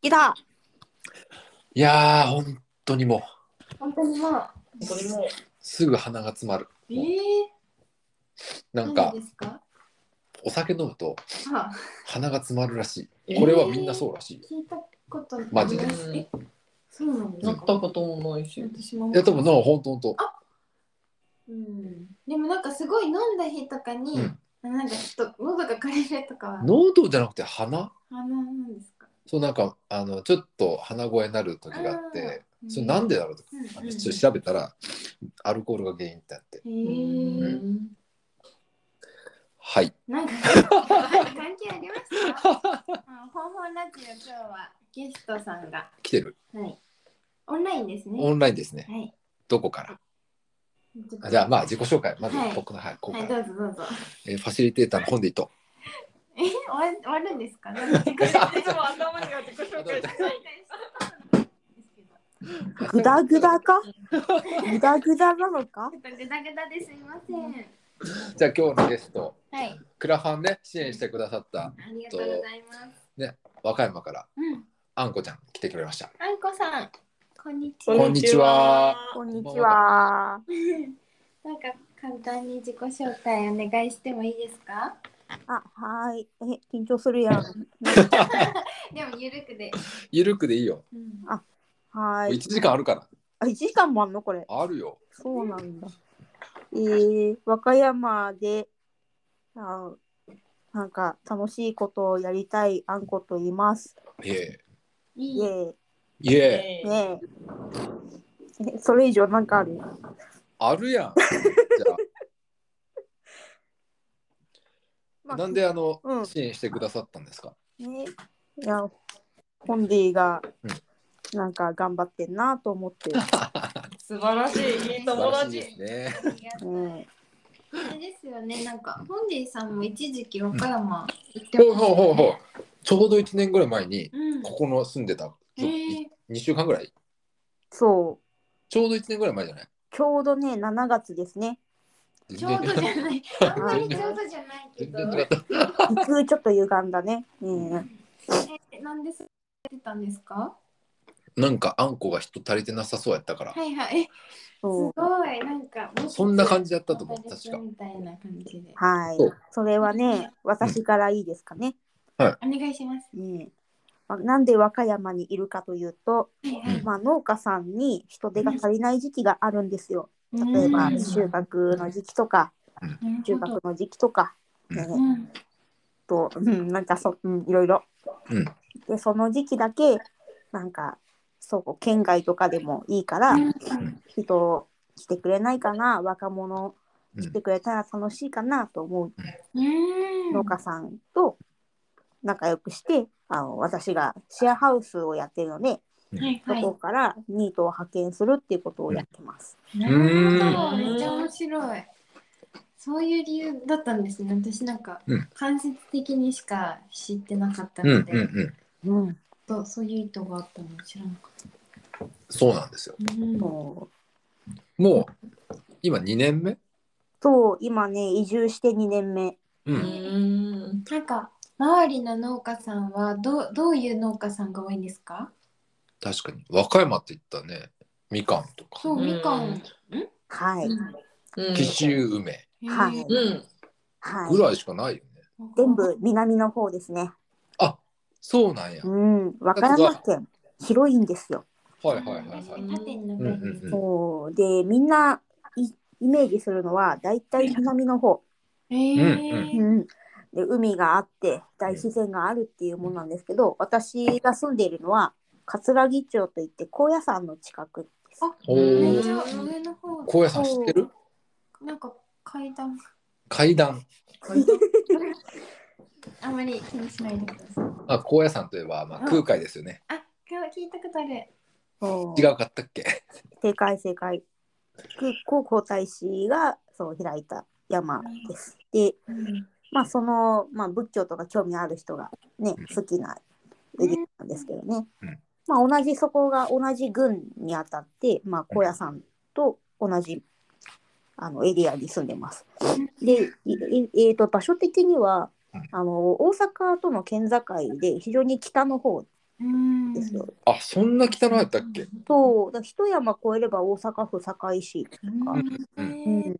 ギタいやー、本当にもう、ー本当にもうこれもうすぐ鼻が詰まる。えなんか、ですかお酒飲むとあ鼻が詰まるらしえい。ーこれはみんなそうらしいよ。聞いたことないマジでえそうなんでなすったかこともないし。私もいや、でも、なんか本当本当。うんでもなんかすごい飲んだ日とかに、うんなんかちょっと喉が枯れるとかは喉じゃなくて鼻鼻なんですかそう、なんか、あの、ちょっと鼻声になる時があって、あーそれなんでだろうと、うんあのちょっと調べたら、アルコールが原因ってあって。へーうんはい。なんか関係ありますかあの方法ラジオ今日はゲストさんが来てる。はいオンラインですねオンラインですね。はいどこからちょっとあじゃあ、まあ、自己紹介。まずはい、僕の、はい、ここはかいどら。うぞどうぞえーファシリテーターの本でいいと。え終わ終わるんですかなんか自己紹 介いつも頭には自己紹介してですけどグダグダかグダグダなのかちょっとグダグダですいませんじゃあ、今日のゲスト、はいクラファンね、支援してくださったありがとうございます和歌山から、うんあんこちゃん来てくれました。あんこさんこんにちはこんにちは。こんにちは。なんか簡単に自己紹介お願いしてもいいですかあ、はーい。え、緊張するやん。でもゆるくで、ゆるくでいいよ。うんはー1い。時間あるから。あ、1時間もあんのこれ。あるよ。そうなんだ。えー、和歌山で、あなんか楽しいことをやりたいあんこと言います。いえイいいエえーいえイ。ねえ。えそれ以上なんかあるある やん。じゃあ、なんであの、うん支援してくださったんですかね、いや、ホンディがうなんか頑張ってんなと思って。素晴らしい。いい友素晴らしいで達。すね。ありがとうねあれですよねなんかホンディさんも一時期和歌山行ってほうましほうたほうほうね。ちょうど1年ぐらい前に、うんここの住んでた、えー2週間ぐらいそう。ちょうど1年ぐらい前じゃないちょうどね、7月ですね。全ちょうど然じゃない。あんまりちょうどじゃないけ全ど。然違った。普通ちょっと歪んだね。うん。え、なんでそうやってたんですか。なんかあんこが人足りてなさそうやったから、はいはい。えすそう。ごい、なんか。そんな感じだったと思う、私確か。みたいな感じで。はいそう。それはね、私からいいですかね。お願いします。うん。まなんで和歌山にいるかというと、はいはい。まあ、農家さんに人手が足りない時期があるんですよ。例例えばなる収穫の時期とか収ほ穫ど。の時期とか、うんねうん。と、うん、なんかそ、うん、いろいろ。うんで、その時期だけ、なんか、そう、県外とかでもいいから、人を来てくれないかな、若者うん来てくれたら楽しいかなと思うん。う農家さんと仲良くして、あの私がシェアハウスをやってるので、はいそはい。こからニートを派遣するっていうことをやってます。なるほど、うんめっちゃ面白い。そういう理由だったんですね。私なんかうん間接的にしか知ってなかったうんうのんで、うん。うん、とそういう意図があったの知らなかっそうなんですよ。た。うんそうもう、今2年目そう、今ね、移住して2年目。う。うんん。なんか周りの農家さんはどうどういう農家さんが多いんですか？確かに。和歌山って言ったね。みかんとか、そうみかん。はい。うん紀州梅はいへーうん。はいぐ。らいしかないよね。全部南の方ですね。あそうなんや。うはいん、和歌山県広いんですよ。はいはいはい。確かに縦に長いですうんね。そうでみんないイメージするのはだいたい南の方、えうえ。ん、で海があって大自然があるっていうものなんですけど私が住んでいるのは葛城町といって高野山の近くです。おめっおち。ゃ上の方。高野山知ってるなんか階段階段。あまり気にしないでください。あ高野山といえば、まあ、空海ですよね。あ、聞いたことある。そう違うかったっけ正解正解。空港皇太子がそう開いた山です。でまあその、まあ、仏教とか興味ある人がねうん好きなエリアなんですけどね、うんまあ同じそこが同じ郡にあたって、まあ、高野山と同じあのエリアに住んでます。で、いいえー、と場所的にはうんあの大阪との県境で非常に北の方うんですよ。あそんな汚かったっけそう、だから一山越えれば大阪府堺市とか、ううん、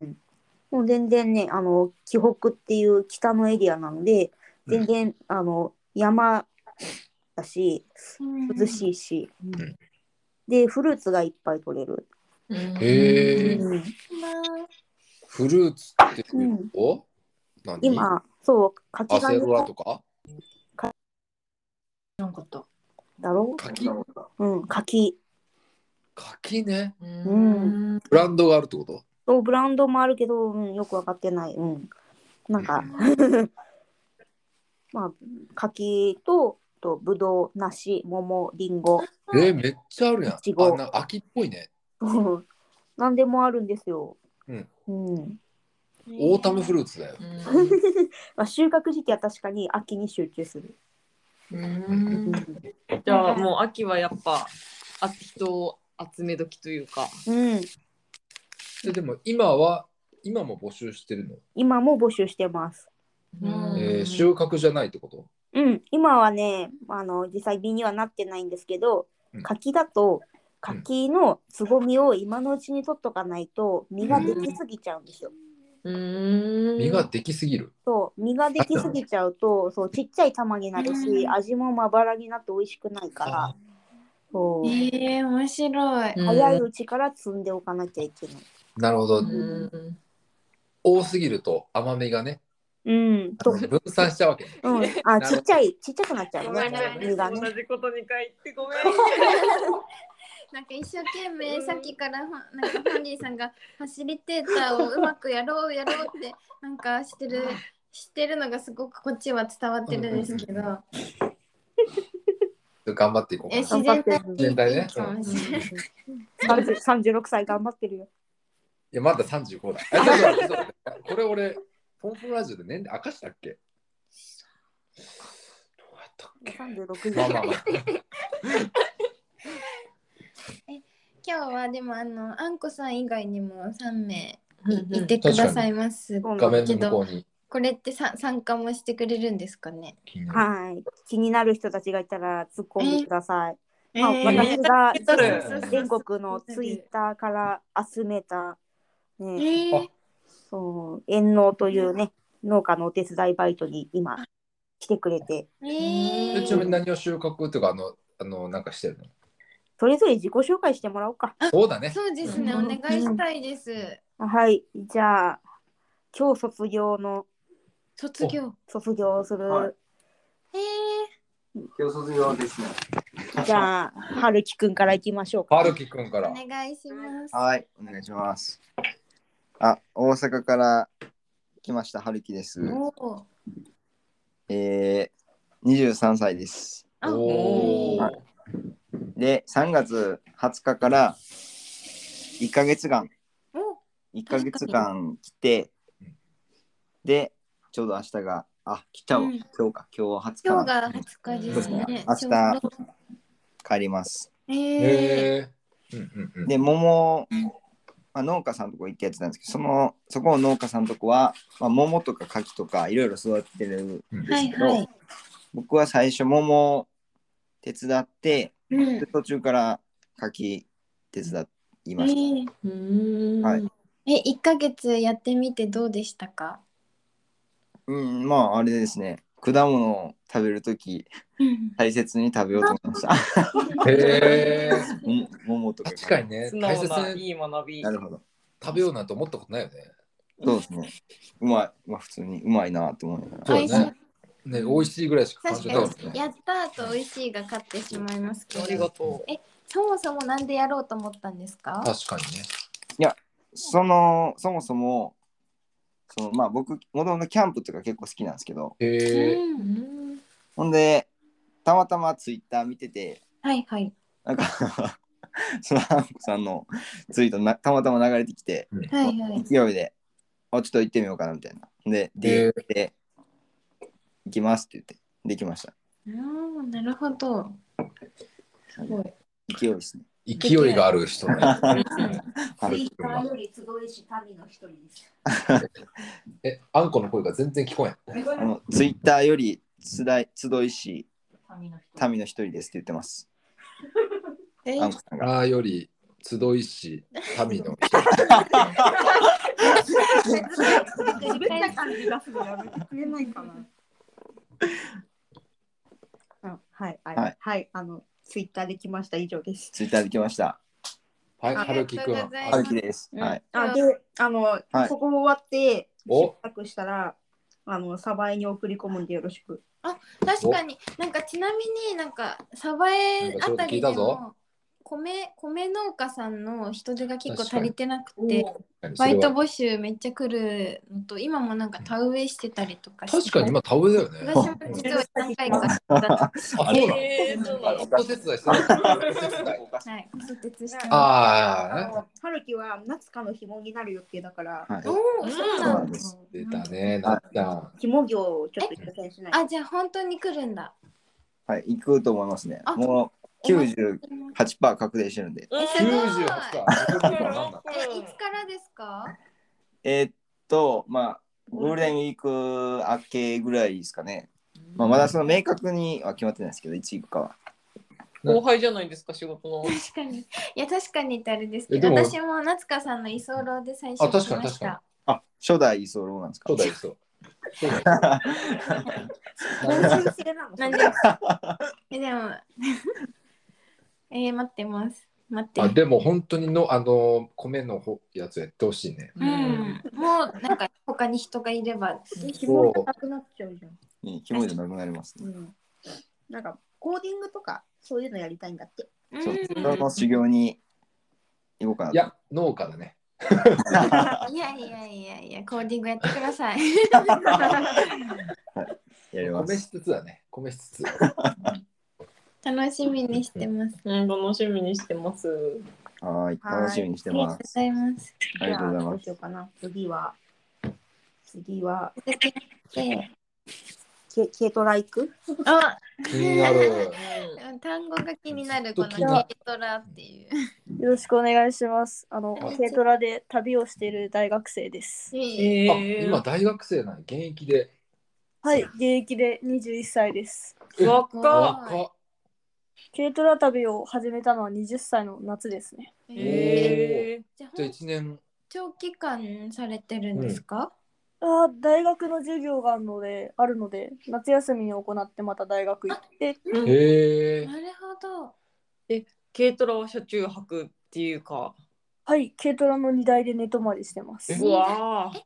もう全然ね、あの、紀北っていう北のエリアなので、全然、あの、山だし、涼い。しいし、んで、フルーツがいっぱい取れる。へえうんフルーツっていうと、何今、そう、柿アがセ出ロラたとかなんかった。だろ柿うん、柿。柿ねうん。ブランドがあるってことそう、ブランドもあるけど、うん、よくわかってない。うん。なんか、 まあ、柿と、と、ぶどう、梨、桃、りんご、えー、めっちゃあるやんいち。ごあな秋っぽいね。うん 何でもあるんですよ。うん。うん。 オータムフルーツだよ。まあ、収穫時期は確かに秋に集中する。うんうん。じゃあもう秋はやっぱあ人を集め時というか。うん、ででも今は今も募集してるの。今も募集してます。うんえー、収穫じゃないってことうん、今はね、あの、実際瓶にはなってないんですけどうん、柿だと、柿のつぼみを今のうちに取っとかないと、実ができすぎちゃうんですよ。うん。実ができすぎる。そう、実ができすぎちゃうと、そう、ちっちゃい玉になるし、味もまばらになって美味しくないから、そう、ええ、面白い。早いうちから摘んでおかなきゃいけない。なるほど。うん。多すぎると甘みがね、うん、あとの、分散しちゃうわけね。 うん、あ、ちっちゃい、ちっちゃくなっちゃうごめねんなさい、。実がね。 同じことに回ってごめん。なんか一生懸命さっきからほなんかファンディさんがファシリテーターをうまくやろうやろうってなんかしてるしてるのがすごくこっちは伝わってるんですけど、頑張っていこうえかな。自い然体自然体ねいいかもしれない三十六歳頑張ってるよ。や、まだ35だ。あちょっと待ってちょっと待ってこれ俺、ポンポンラジオで年齢明かしたっけどうやったっけ三十六まあまあまあ。今日はでもあのあんこさん以外にも3名いいてくださいますそうな画ん面ですの向こうにこれってさ参加もしてくれるんですかね気になるはい。気になる人たちがいたら突っ込んでください。えまあ、私が知っとる 全国のツイッターから集めた、えね、ー、そう、遠納というね、農家のお手伝いバイトに今来てくれて、えーでちなみに何を収穫とかあのあのなんかしてるのそれぞれ自己紹介してもらおうか。そうだね。そうですね、うんお願いしたいです。はい。じゃあ、今日卒業の、卒業。卒業する、はいえー、今日卒業ですね。じゃあ、はるきくんからいきましょうか。パルキ君から。お願いします。はい、お願いします。あ、大阪から来ました、はるきです。おお。えー、23歳です。あおお。で、3月20日から1ヶ月間、お1ヶ月間来てうん、で、ちょうど明日が、あ、来ちゃうわ、うん今日か、今日20日今日なが20日ですね。そうですね明帰ります。日。えー、へえ。うんうんうん。で、桃、まあ、農家さんとこ行ったやつなんですけど、その、そこの農家さんとこは、まあ、桃とか柿とかいろいろ育ててるんではすいけど、はい。僕は最初桃を手伝って、うん。で途中から柿手伝いえました、ー、うん。はい。え、一ヶ月やってみてどうでしたか。うんまああれですね果物を食べるときうん。大切に食べようと思いましたへえ。桃 桃とか確かにね素、大直切ないにい学び。なるほど食べようなんて思ったことないよね。そうですねうまいまあ普通にうまいなと思いながらそうだねね。ね、美味しいぐらいしか感確じないよかに、ね。やったーと美味しいが勝ってしまいますけありど。がとそもそもなんでやろうと思ったんですか。確かにね。そのそもそもそのまあ僕もともとキャンプとか結構好きなんですけどうへえ。ん。う。ほんでたまたまツイッター見ててはいはい。なんかそのハンコさんのツイートなたまたま流れてきてはいはい。勢いで、あ、ちょっと行ってみようかなみたいな。で、へで、で行きますって言って、できました。うん、なるほど。すごい。勢いですね。勢いがある人ね。は ツいイッターより集いし民の一人です。え、あんこの声が全然聞こえん。あのツイッターよりつらい集いし、民の人。民の一人ですって言ってます。えあんこさんが。あーより集いし民 の滑った感じ出すのやめてくれないかな。うんはい、は、はいはい、あの、ツイッターできました、以上です。ツイッターで来ました。はあはるきくん。ありがとうございはまるすきです。はい。あ、で、あの、はいここ終わって、お失格したら、あの、サバイに送り込むんでよろしく。確かになんかちなみになんか鯖江あたりなんかそう聞いたでぞも米米農家さんの人手が結構足りてなくておバイト確募集めっちゃ来るのと今もなんか田植えしてたりとかしてかに今田植えだよね。私も実は何回かだあ、そうなのえー、そうなあのお手伝いしてる。はい骨折してますあああ、の、春樹は夏かの紐になる予定だから、はいおおそうそうななんんだです。出たね、なったん。紐業をちょっと挑戦しないと。あじゃあ本当に来るんだはい、行くと思いますねあ。もう98%確定してるんで。うんす九ごい十八か。えいつからですかえーっと、まあ、ゴールデンウィーク明けぐらいですかね。まあ、まだその明確には決まってないですけど、いつ行くかは。後輩じゃないですか、仕事の。確かにいや確かにってあれですけえでども私も夏香さんの居候で最初あ確か来にましたあ、初代居候なんですかそうだよ、そう。そうだよ 今週制なの。なんでえでも えー、待ってます待ってあでも本当にのあの米のほやつやってほしいね。うん、もうなんか他に人がいれば紐がなくなっちゃうじゃん。いい気持ちなくなりますね。うん。なんか、コーディングとか、そういうのやりたいんだって。うんそう、その修行に行こうかなと。いや、農家だね。 いやいやいやいやコーディングやってくださいやりま米す。しつつだね。米しつ つ。楽しみにしてますうん、楽しみにしてます。はーい、はい楽しみにしあてりがとまうごす。ざいますありがとうございどまうしようかな。次は、次は、続きましてケケイトライクあ気になる。単語が気になるこちょのっと気になる軽トラっていうよろしくお願いします。あのはい、軽トラで旅をしている大学生です。ええあ、ー、今大学生なんや現役で。はい、現役で21歳です。若っ若っ。軽トラ旅を始めたのは20歳の夏ですね。ーえじゃあじゃあ一年。長期間されてるんですか、あー大学の授業があるので、あるので、夏休みに行ってまた大学行って、ーへええ。なるほど軽トラは車中泊っていうか。はい、軽トラの荷台で寝泊まりしてます。うわー雨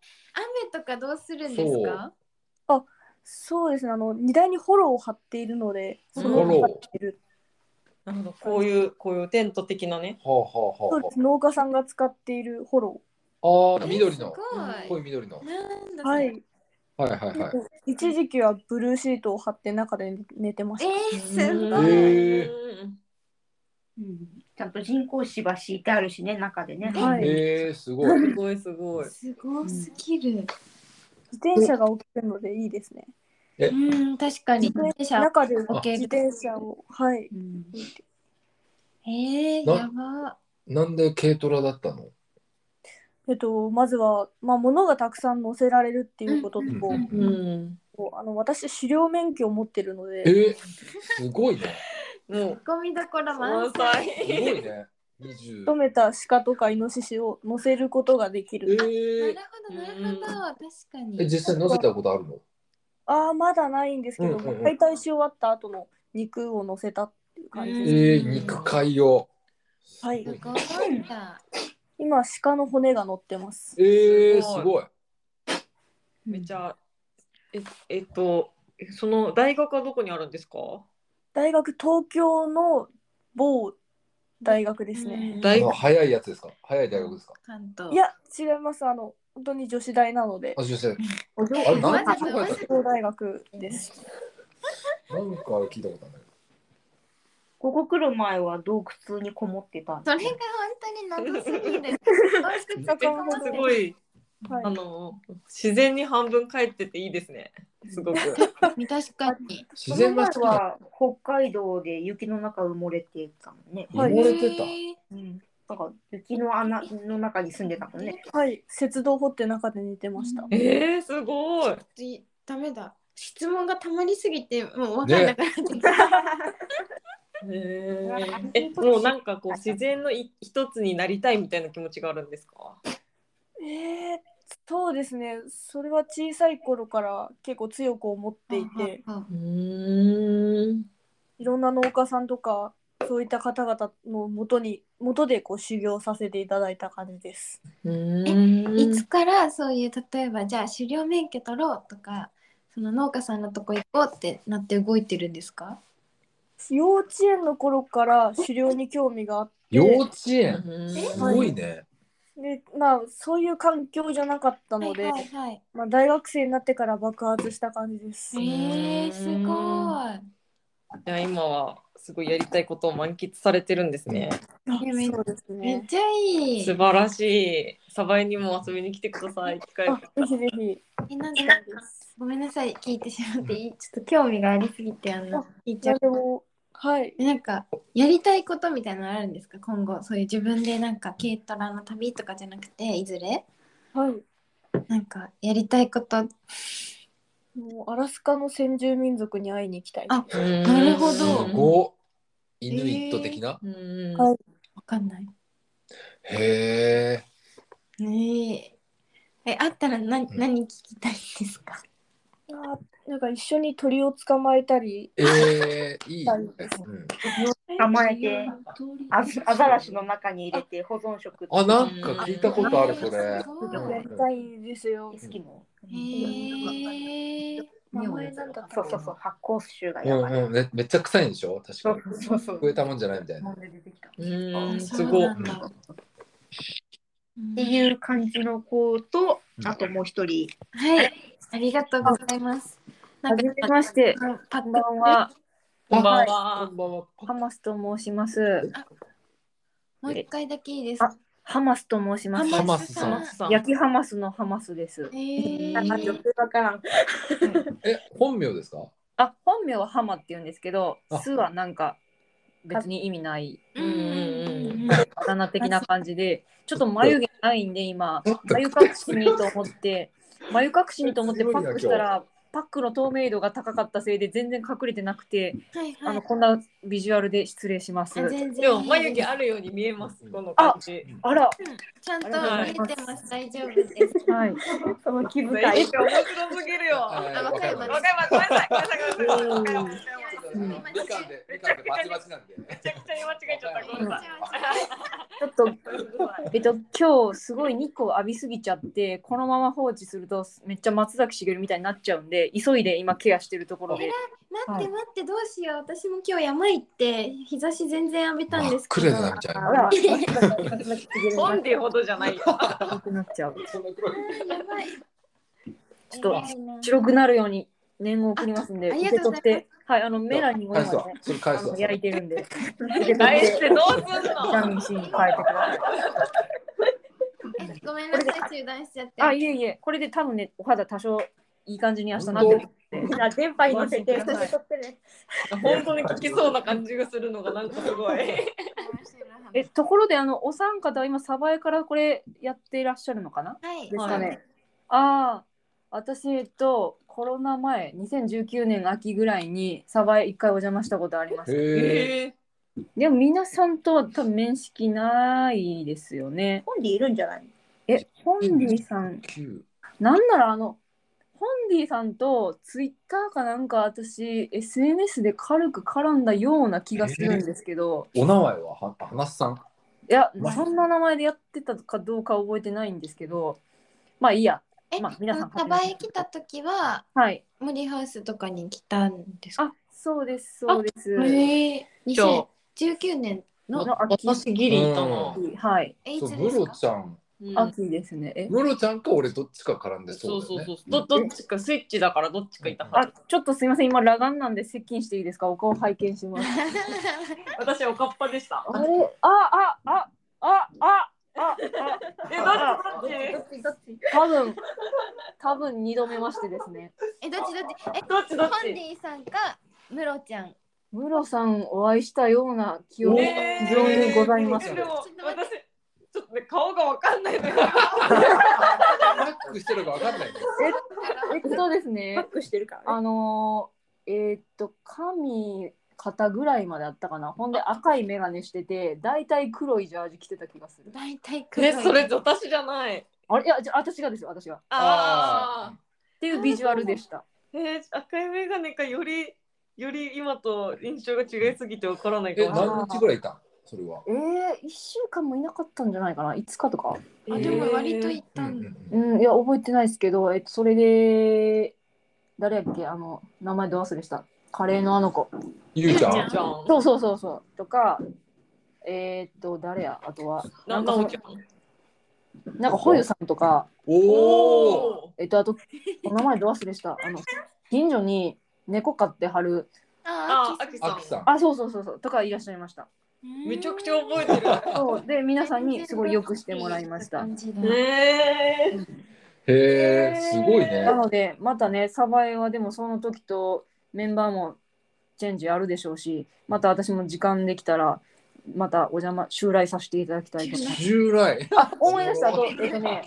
とかどうするんですかそうですね、あの荷台にホロを張っているので、そホのロ張っている。なるほど、こういう、こういうテント的なね。はあはあそうはです農家さんが使っているホロ。あはあ。あー緑のす。ご濃いい緑の。なんだそれはい、はいはいはい。一時期はブルーシートを張って中で寝てました。えー、すんごい、へうん、ちゃんと人工芝敷いてあるしね、中でね。はいへえ、すごい。すごいすごい。すごすぎる自転車が置けるのでいいですね。うん確かに自自転転車中で置け自る転車を、はい。うんえー、なやばなんで軽トラだったのえっと、まずは、まあ、物がたくさん載せられるっていうことと、うんうんうん。あの私、狩猟免許を持ってるので、えー、すごいね。もう、ゴミどころ満満載すご載。いね。20 止めた鹿とかイノシシを乗せることができえる。なるーほどなるほど確かえ、に実際乗せたことあるのああ、まだないんですけうど、んうんうん解体し終わった後の肉を乗せたっていう感じうでんす。えー、肉塊を。はいすごいんだ今、鹿の骨が乗ってます。えー、すごいすごい。めちゃ。え、えっと、その大学はどこにあるんですか。大学、東京の某大学ですね。あ大の早いやつですか早い大学ですか関東いや、違います。あの、本当に女子大なのであ、、女性。なんかお嬢あれわ何ざとわざ東京大学です。聞いたことあるんだけど。ここ来る前は洞窟にこもってた。それが本当に謎す ぎるめちゃ本当にすごい、はいあの、自然に半分帰ってていいですね。す ごく。確かに自然がその前は北海道で雪の中埋もれてたもんね。埋もれてた。えーうん。なんか雪の穴の中に住んでたもんね。はい、雪道掘って中で寝てました。えー、すごい。いダメだ。質問がたまりすぎてもう分かんなくなっちゃった。へええもうなんかこう自然のい一つになりたいみたいな気持ちがあるんですかえー、そうですねそれは小さい頃から結構強く思っていて うんいろんな農家さんとかそういった方々のもとに元でこう修行させていただいた感じです。いいつからそういう例えばじゃあ狩猟免許取ろうとかその農家さんのとこ行こうってなって動いてるんですか幼稚園の頃から狩猟に興味があって幼稚園すえごいね。で、まあ、そういう環境じゃなかったので、はいはいまあ、大学生になってから爆発した感じです。はい、えー、すごじゃあ今はすごいやりたいことを満喫されてるんですねいいやめそうですめっね。ちゃいい素晴らしいサバイにも遊びに来てください機会があぜひぜひ。えなんかごめんなさい聞いてしまっていいちょっと興味がありすぎてあの聞いちじゃゃうでも、はい。えなんかやりたいことみたいなのあるんですか今後そういう自分でなんか軽トラの旅とかじゃなくていずれはい。なんかやりたいこともうアラスカの先住民族に会いに行きたい。あ ななるほすどごい。イヌイット的な。うんはいわかんないへえ。ねええあったら何ん何聞きたいですかあなんか一緒に鳥を捕まえたり、えー、いい、ねはいうん。甘えてアザアザラシの中に入れて保存食あ、なんか聞いたことある、それ。すごいやりたいですよエ。スキモへえ名前なんだったそうかそうそう発酵臭がうやばい、んうん、ね、めっちゃ臭いんでしょ確そかうに。そうそう食えたもんじゃないみたいな。飲んで出てきたっうんすそうごいなんだていう感じの子とあともう一人はいありがとうございますなはんじかめまして、パッこクんばんは。こんばんこはんばんは。ハマスと申します。もう一回だけいいですかハマスと申します。ハマスさんハマさん焼きハマスのハマスです。へえあ女性わからんえ、本名ですかあ、本名はハマって言うんですけどあ、スはなんか別に意味ないうんうんうんあだ名的な感じで、ちょっと眉毛ないんで今ちょっ、と眉隠しにと思って、眉隠しにと思って強いパなックしたら、パックの透明度が高かったせいで全然隠れてなくて、はいあはのいこんなビジュアルで失礼します。あ全然でも眉毛あるように見えますこの感じあら、ちゃんとあり見がとうござえいてます大丈ま夫ですはい。その 気遣えい面白すぎるよ。はいあわかりまわしかごめんなさい、ごめんなさい、ごめんなさい、ごめんなさい。りましたみかんで、みかんでバチバチなんで。めちゃくちゃ言い間違えちゃった、ごめんなさい。ちょっと、えっと、今日すごい日光浴びすぎちゃって、このまま放置するとめっちゃ松崎しげるみたいになっちゃうんで、急いで今ケアしてるところで。待って待ってどうしよう私も今日山行って日差し全然浴びたんですくけれどるなみたいあな。ら、本でほどじゃないよ。なくなっちゃう。そんな黒い。やばいちょっと白くなるように念を送りますんで、あありが受けとうご取ざいっますて、はい、あのメラニンを返す今わね、。それあ返すわの。焼いてるんで、受け取返っしててどうすんビタミのン C に変えてください。えごめんなさい中断しちゃってあ、いえいえ、これで多分ね、お肌多少いい感じに明日なってるじゃあ電波に乗せて写真撮ってね本当に聞きそうな感じがするのがなんかすごい。え、ところで、あの、お三方は今、サバエからこれやっていらっしゃるのかなはいですかね。ああ、私、えっと、コロナ前、2019年秋ぐらいに、サバへ一回お邪魔したことあります。へえ。えでも、皆さんとは多分面識ないですよね。本でいるんじゃないえ、ホンディさん、九。なんならあの、ホンディさんとツイッターかなんか私 SNS で軽く絡んだような気がするんですけど、お名前はは花さん。いやそんな名前でやってたかどうか覚えてないんですけどまあいいやえ、まあ皆さんサバへ来た時ははい無理ハウスとかに来たんですかあそうですそうですへえじゃあ2019年のの秋私ギリいたな。はいえいそう、つムですロ かちゃん。秋ですねえムロちゃんか俺どっちか絡んでそそううだよそね。うそう。どどっちかスイッチだからどっちかいたはあず。ちょっとすいません今裸眼なんで接近していいですかお顔拝見します 私おかっぱでした。あれあああああああえ、だってどっちどっち多分多分二度目ましてですねえどっちどっちえどっちどっハンデち。ィさんかムロちゃんムロさんお会いしたような記憶え非常にございますでも私ちょっとね顔がわかんないのよ。パックしてるかわかんないんです。えっとですねパッ。クしてるからね。あのーえーっと神肩ぐらいまであったかなほんで赤い眼鏡してて大体黒いジャージ着てた気がする大体え、それ私じゃない。あれいやじゃあ私がですよ私がっあていうビジュアルでしたあ。えー、赤いメガネかよりより今と印象が違いすぎてわからないかえ、もしれない。何日ぐらいいたんそれは。えー、1週間もいなかったんじゃないかな5日とかあでも割といったんだ。んうんいや覚えてないですけど、えっと、それで誰やっけあの名前ど忘れしたカレーのあの子ゆうちゃゆうちんじゃん。そうそうそうそうとかえーっと誰やあとはななんんだかそおのちゃん。なんかホユさんとかおおえっと、あと、お名前ど忘れした。あの、近所に猫飼ってはる。あー、あああきさあんき。さん。あ、そうそうそうそう、とかいらっしゃいました。めちゃくちゃ覚えてる。そう、で、皆さんにすごいよくしてもらいました。ええへえ、すごいねな。ので、またね、サバエはでも、その時とメンバーも。チェンジあるでしょうし、また私も時間できたら。またお邪魔、襲来させていただきたい と思います。従来。あ、思い出した、あと、えっとね。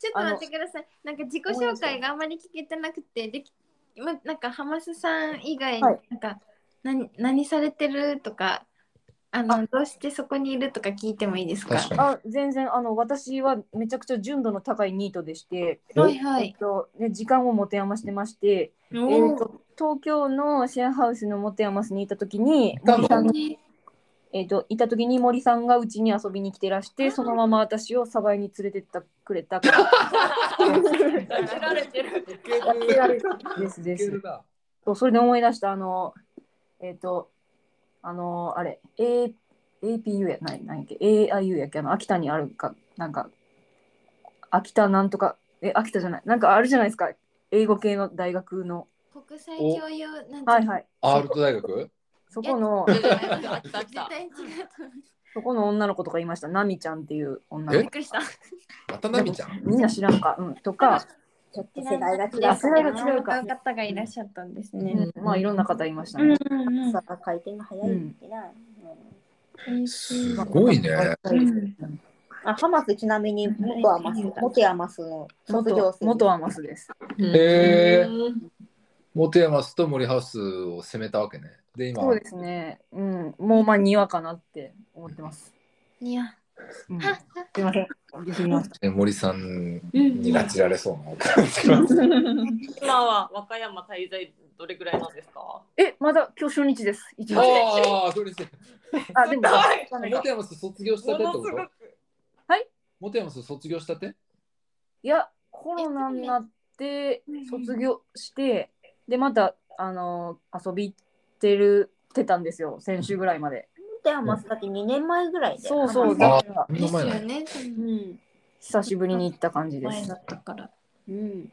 ちょっと待ってください。なんか自己紹介があんまり聞けてなくて、できま、なんかハマスさん以外に、はいなんか何何されてるとか、あのどうしてそこにいるとか聞いてもいいですか確かあ、全然、あの、私はめちゃくちゃ純度の高いニートでして。に。はいはえっい。と、ね、時間を持て余してまして。おえー、と東京のシェアハウスのモテヤマスにいた時に多分森さんに、ねえー、といた時に森さんがうちに遊びに来てらしてそのまま私をサバイに連れてったくれたからー。知られてる。いけるやってられたですでいけするな。そうそれで思い出したあのえっ、とあのあれ、A、APU やないなんやっけ AIU やっけあの秋田にあるかなんか秋田なんとかえ秋田じゃないなんかあるじゃないですか英語系の大学の国際教養なんていうのはいはいアールト大学。そこの あったあっ絶た。対違うと思う。そこの女の子とかいました、ナミちゃんっていう女えびのっ子。くりした。またなみちゃん。みんな知らんか、うん、とか、ちょっと世代が違うあ世代が違うかお方がいらっしゃったんですね。うんまあいろんな方いましたうんね。うんうんさが回転が早いんだな。すごいね。うんあ、ハマスちなみに元アマス、元アマスの卒業元生。元アマスです。へえ。元山スと森ハウスを攻めたわけね。で、今。そうですね。うん、もうまあ庭かなって思ってます。いや、うん、すみません。言い過ぎましたね森さんに拉致られそうな感じが。今は和歌山滞在どれぐらいなんですか。え、まだ今日初日です。一日。ああ、それです。あ、でも、モテヤマス卒業したてってことはい。モテヤマス卒業したていや、コロナになって卒業して、で、また、あの遊び行ってる、てたんですよ、先週ぐらいまで。元アマスだって2年前ぐらいで。そうそハマう、だあから、目でのす前よなのね。スうん。久しぶりに行った感じで前すだ。ったから。うん。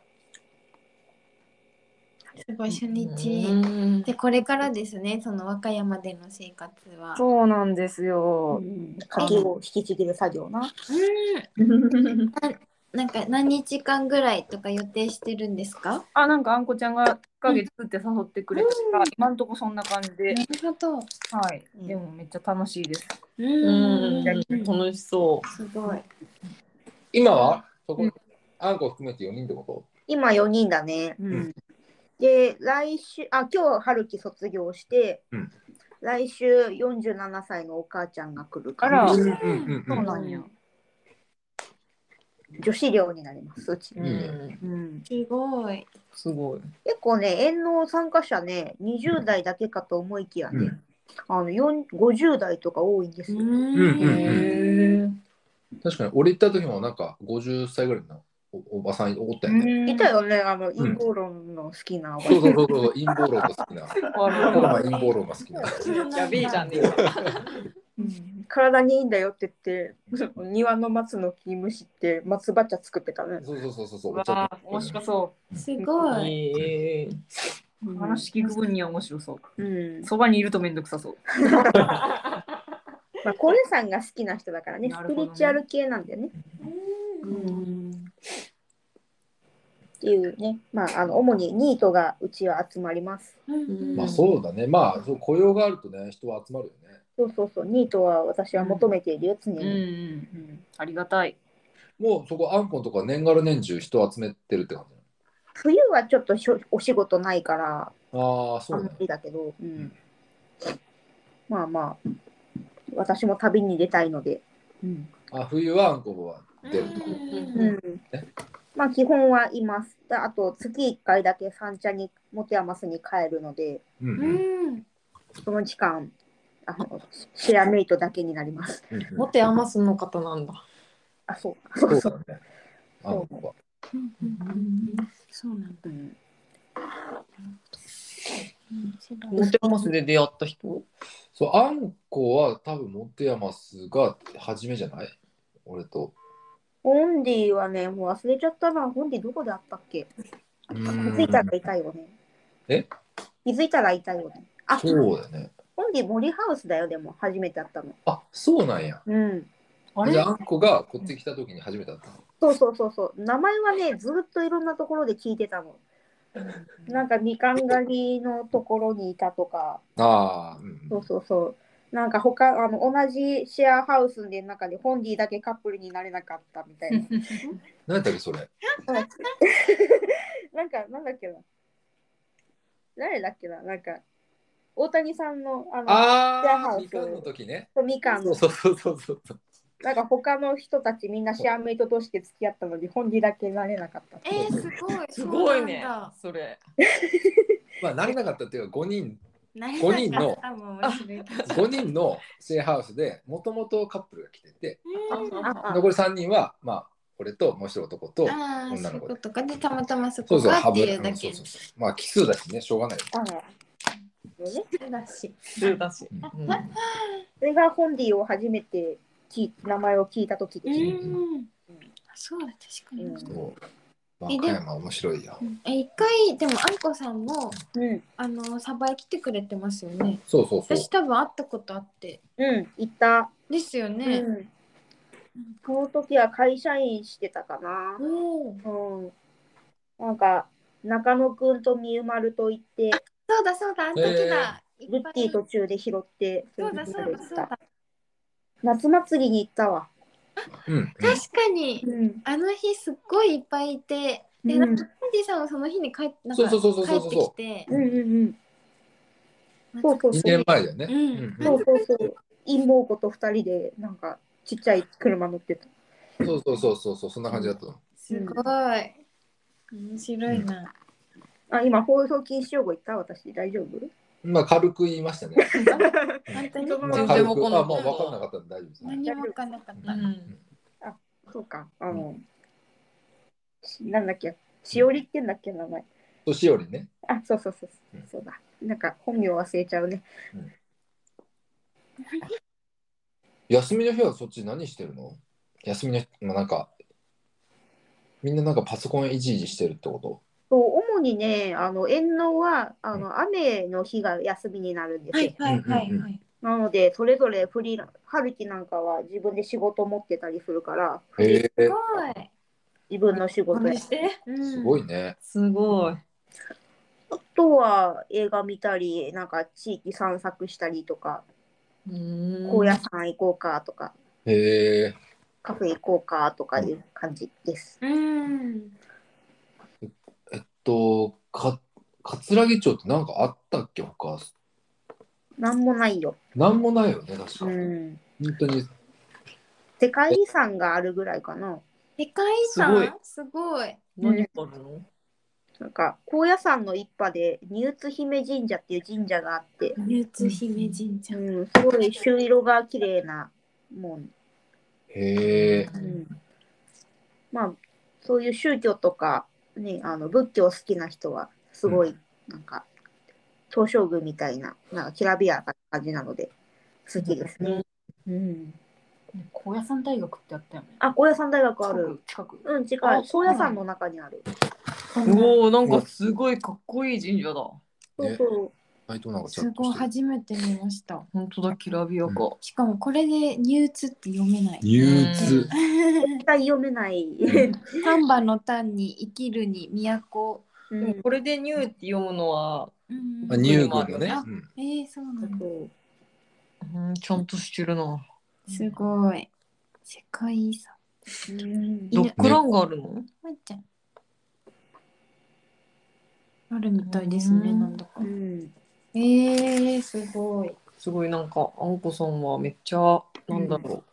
すごい初日。日で、これからですね、その和歌山での生活は。そうなんですよ。鍵を引きちぎる作業な。なんか何日間ぐらいとか予定してるんですかあ、なんかあんこちゃんが1ヶ月って誘ってくれたから、今んとこそんな感じで、なるほど。はい。うんでもめっちゃ楽しいです。うんうん。楽しそすごい。今はそこうん、あんこ含めて4人ってこ今4人だね。うん。で、来週、あ、今日、春樹卒業して、うん来週47歳のお母ちゃんが来るかあららとううんんうんう。そうんなんや。女子寮になります、うちう。んうん。すごい。すごい。結構ね、遠納参加者ね、20代だけかと思いきやね、あの4 50代とか多いんですよ。うんうんへ確かに、俺行った時もなんか50歳ぐらいのおおばさんおったよね。いたよね、あの陰謀論の好きなおばちゃそうんそうそうそう、陰謀論が好きな。僕は陰謀論が好きな。え。やべえじゃんね。体にいいんだよって言って、 庭の松の木むしって松葉茶作ってたね。そうそうそうそうそう。わあ、面白そすごい。ええ。う。話聞く分には面白そう。うんそばにいるとめんどくさそう。まあ、高野山が好きな人だからね、なスるピほどねリチュアル系なんだよね。うん。っていうね、まあ、あの主にニートがうちは集まります。まあそうだね。まあそう雇用があるとね、人は集まるよね。そうそうそう、ニートは私は求めているよ、常うに。ん。ありがたい。もうそこ、あんぽんとか年がら年中人集めてるって感じ冬はちょっとしょお仕事ないから、なのああ、そあうんねま。りだけど、うん。まあまあ、私も旅に出たいので、うん。あ、冬はあんこは出ると。ううんん、まあ基本はいます。であと月1回だけ三茶に持て余すに帰るので、うんううんんその時間、あのシェアメイトだけになります。うんモテ余すの方なんだ。あ、そう。そそううそだう。ね。あんこは。そうなんうだん、モテ余すで出会った人そう、あんこは多分モテヤマスが初めじゃない俺と。オンディはね、もう忘れちゃったな。オンディどこであったっけう気んづいたらいたいよね。え気づいたらいたいよね。あ、そうだよね。オンディ森ハウスだよ、でも初めて会ったの。あ、そうなんや。うん。あじれゃあ、あんこがこっち来た時に初めて会ったの。そうそうそうそう。名前はね、ずっといろんなところで聞いてたの。なんかみかん狩りのところにいたとか、ああ、うんうん。そうそうそう。なんか他あの同じシェアハウスで中でホンディだけカップルになれなかったみたいな。何やったっけ、それ。なんかなんだっけな。誰だっけな。なんか大谷さんのあのああ、ハウスみかんの時ね。みかんそうのそうそうそうそう。なんか他の人たちみんなシェアメイトとして付き合ったのにホンディだけなれなかった。えー、すごい。すごいねそうなんだ。それ。まあ、なれなかったっていうか、5人、何五人の多分面白いけど五人のシェアハウスで、もともとカップルが来てて、あ残り3人は、まあ、俺と、もう一人男と、ああ、女そういのう子ことかでたまたまそそこうそう、がハっブ。てういうんだそうけそうそう。まあ、奇数だしね、しょうがない。あああ。ねだし。普通だし。うんそれがホンディを初めて聞い名前を聞いた時うです。ん。そうだ、確かに。うんそう。まあ、えで加山面白いよ。え、一回、でも、あんこさんも、うん。あの、サバイ来てくれてますよね。そうそうそう私、。多分会ったことあって。うん。行った。ですよね。うん。その時は会社員してたかな。おお。うん。なんか、中野くんとみゆまると行って、そうだ、そうだ、あの時だ。グいっッぱいティ途中で拾って、そうだ、そうだ、そうだ。夏祭りに行ったわ。うんうん。確かに。ん。あの日すっごいいっぱいいて、で、うんなんか、ハンディさんはその日に帰って、なんかそうそうそうそうそう帰ってきて、うんうんうん。そうそう2そう年。前だよね。うんうそうそうそう。陰謀子と二人で、なんか、ちっちゃい車乗ってた。んそうそうそうそうそう、そんな感じだったの。すごい。面白いな。あ、今、放送禁止用語言った私、大丈夫まあ、軽く言いましたね。本当にま全あ、然軽わかんく。なあ、かもうった分かんなかったんで大丈夫です。何もわかんなかった。うんそうか。あの、なんだっけ、しおりって言うんだっけ、名前。年よりね。あ、そうそうそうう。そうんそうだ。なんか本名忘れちゃうね。休みの日はそっち何してるの休みの日、まあ、なんか、みんななんかパソコンいじいじしてるってことそう主にね、あの遠納はあの雨の日が休みになるんですよ。はいはいはい。なので、それぞれフリーラン、春樹なんかは自分で仕事持ってたりするから、へえすごい。自分の仕事や真似して。すうん、ごいね。すごい。あとは映画見たり、なんか地域散策したりとか、うん高野山行こうかとか、へえ、カフェ行こうかとかいう感じです。うん。えっと、か、葛城町ってなんかあったっけ他。なんもないよ。なんもないよね、確か。う本ん。当に。世界遺産があるぐらいかな。世界遺産すごい。何があるのなんか高野山の一派で仁津姫神社っていう神社があって、ニューツ姫神社。うん、すごい朱色が綺麗なもん、へえ、 うん、まあそういう宗教とか、ね、あの仏教好きな人はすごい、なんか東照宮みたいななんかきらびやかな感じなので好きですね、うん、高野山大学ってあったよね。あ高野山大学ある近く。近くうん近あい高野山の中にある、おお、なんかすごいかっこいい神社だ。ねそうそう内藤なんかちゃすんとごい、してる。初めて見ました。本当だ、きらびやか。しかもこれでニューツって読め ない。憂鬱。絶対読めない、丹波の丹に生きるに都。うでもん、これでニューって読むのは、うんあ、入軍のね。あうんえー、そうなんだ。そううん、ちゃんとしてるな。すごい。世界遺産。ロックランがあるのまいちゃん。あるみたいですね、うんなんだか。うん。えー、すごい。すごいなんかあんこさんはめっちゃなんだろ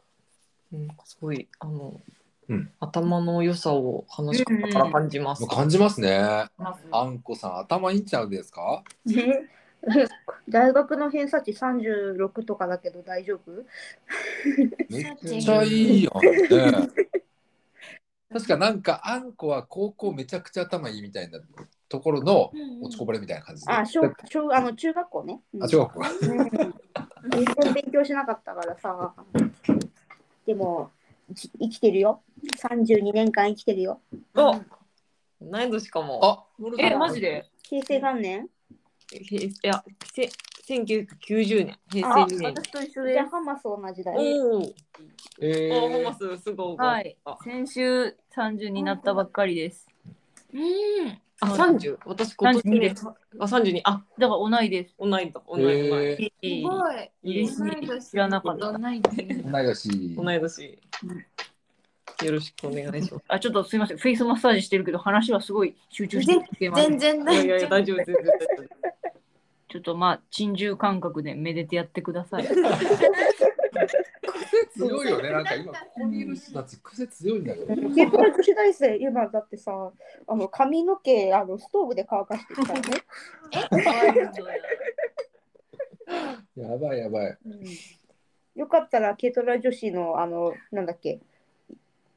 う、なんかすごいあの、うん頭の良さを話し方から感じます、もう感じますね。ますあんこさん、頭いいんちゃうですかね 大学の偏差値36とかだけど大丈夫めっちゃいいやん、ね。確かなんか、あんこは高校めちゃくちゃ頭いいみたいなところの落ちこぼれみたいな感じで。あ、小、小、あの、中学校ね。うんあ、中学校。うん全然勉強しなかったからさ。でも、じ生きてるよ。32年間生きてるよ。あ同い年かもあ、モルさんえマジで平成元年えへいやせ1990年平成あ2年私と一緒じでゃあ、ハマス同じだよ。おーえおーーホマスすごいはいあ先週30になったばっかりです。うん。あ30私今年で32です。だかあ32あら同いです。同いだ同い同いえー、すいごい。いですね。知らなかった。ない同い年。同い年よろしくお願いしますあ、ちょっとすみません。フェイスマッサージしてるけど、話はすごい集中して聞けます。全然いや大いや丈夫。大丈夫全然大丈夫ちょっとまあ、珍獣感覚でめでてやってください。癖 強いよね。なんか今、ここにいる人たち、癖強いんだけど。結構女子大生、今だってさ、あの髪の毛あのストーブで乾かしてるからね。 やばいやばい。よかったら、軽トラ女子の、あの、なんだっけ、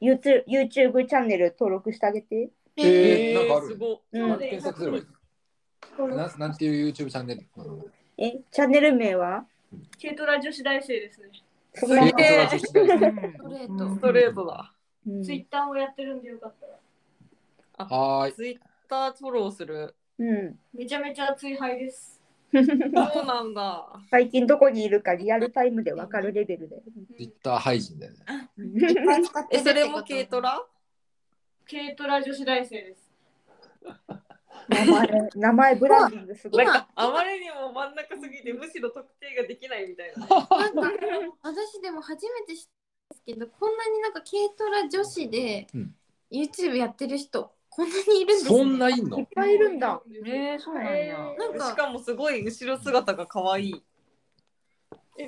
YouTube, YouTube チャンネル登録してあげて。えー、なんかあする。ごいうん、検索すればいい。ななんていう YouTube チャンネルえ、チャンネル名は軽トラ女子大生ですね。そえのーまそまれは女子大生ストレート。ストレートだうんツイッターをやってるんでよかったら。はーい。ツイッターフォローするうん、めちゃめちゃ追敗です。そうなんだ最近どこにいるかリアルタイムで分かるレベルで。 Twitter 配信だよね。いっぱい使ってるえってことそれも軽トラ軽トラ女子大生です。名前、名前ブランディングすごないん。かあまりにも真ん中すぎてむしろ特定ができないみたいななんか 私でも初めて知ったんですけどこんなになんか軽トラ女子でうん YouTube やってる人こんなにいるんですねそんないんいっのぱいいるんだ。えー、そうなんや。なんしかかもすごい後ろ姿が可愛い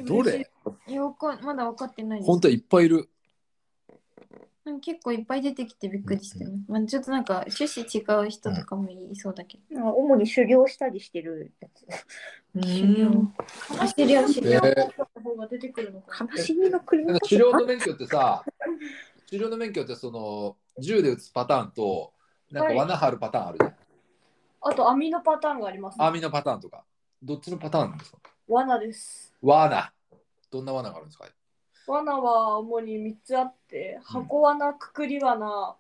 どれよくまだ分かってないです本当いっぱいいる。なんか結構いっぱい出てきてびっくりしてます、まあ、ちょっとなんか趣旨違う人とかもいそうだけど、主に狩猟したりしてるやつ。うん走りをしえーの方が出てくるのか。悲しみの車なんか狩猟の免許ってさ、狩猟の免許ってその銃で撃つパターンと、なんか罠張るパターンあるじゃん。あと網のパターンがあります、網のパターンとか。どっちのパターンなんですか罠です。罠。どんな罠があるんですか罠は主に3つあって、箱罠、くくり罠、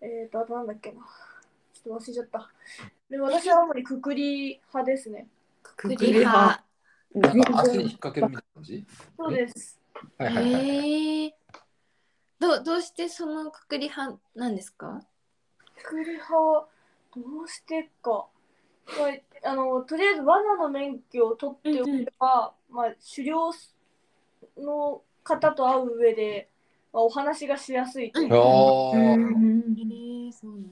えーと、あとなんだっけな。ちょっと忘れちゃった。で私は主にくくり派ですね。クリ派なんか足に引っ掛けるみたいな感じそうです。はいはいはい。えー、どうどうしてそのくくり派なんですかくくり派はどうしてか。まあ、あのとりあえず罠の免許を取っておけば、まあ、狩猟の方と会う上で、まあ、お話がしやすいといあーうえー、そうなん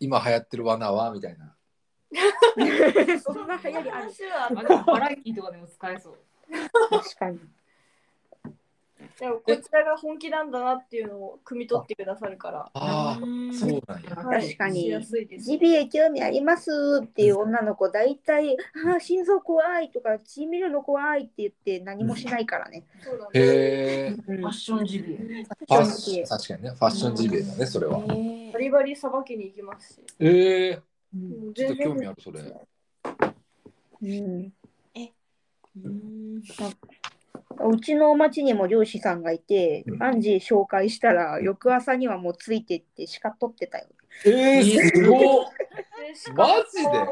今流行ってる罠はみたいな。そんな流行りある。話はあでもバラエティとかでも使えそう。確かに。でもこちらが本気なんだなっていうのを汲み取ってくださるから。ああ、そうなんや。はい確かにしやすいです。ジビエ興味ありますっていう女の子、大体、あー心臓怖いとか、血見るの怖いって言って何もしないからね。そうだね。へえ。ファッションジビエ。 ファッション確かにね、ファッションジビエだね、それは。バリバリさばきに行きますし。ええもうちょっ全と興味然ある、それ。うんうんうちの町にも漁師さんがいてう、んアンジー紹介したら、翌朝にはもうついてって鹿取ってたよ。えー、すごっでしマかジでも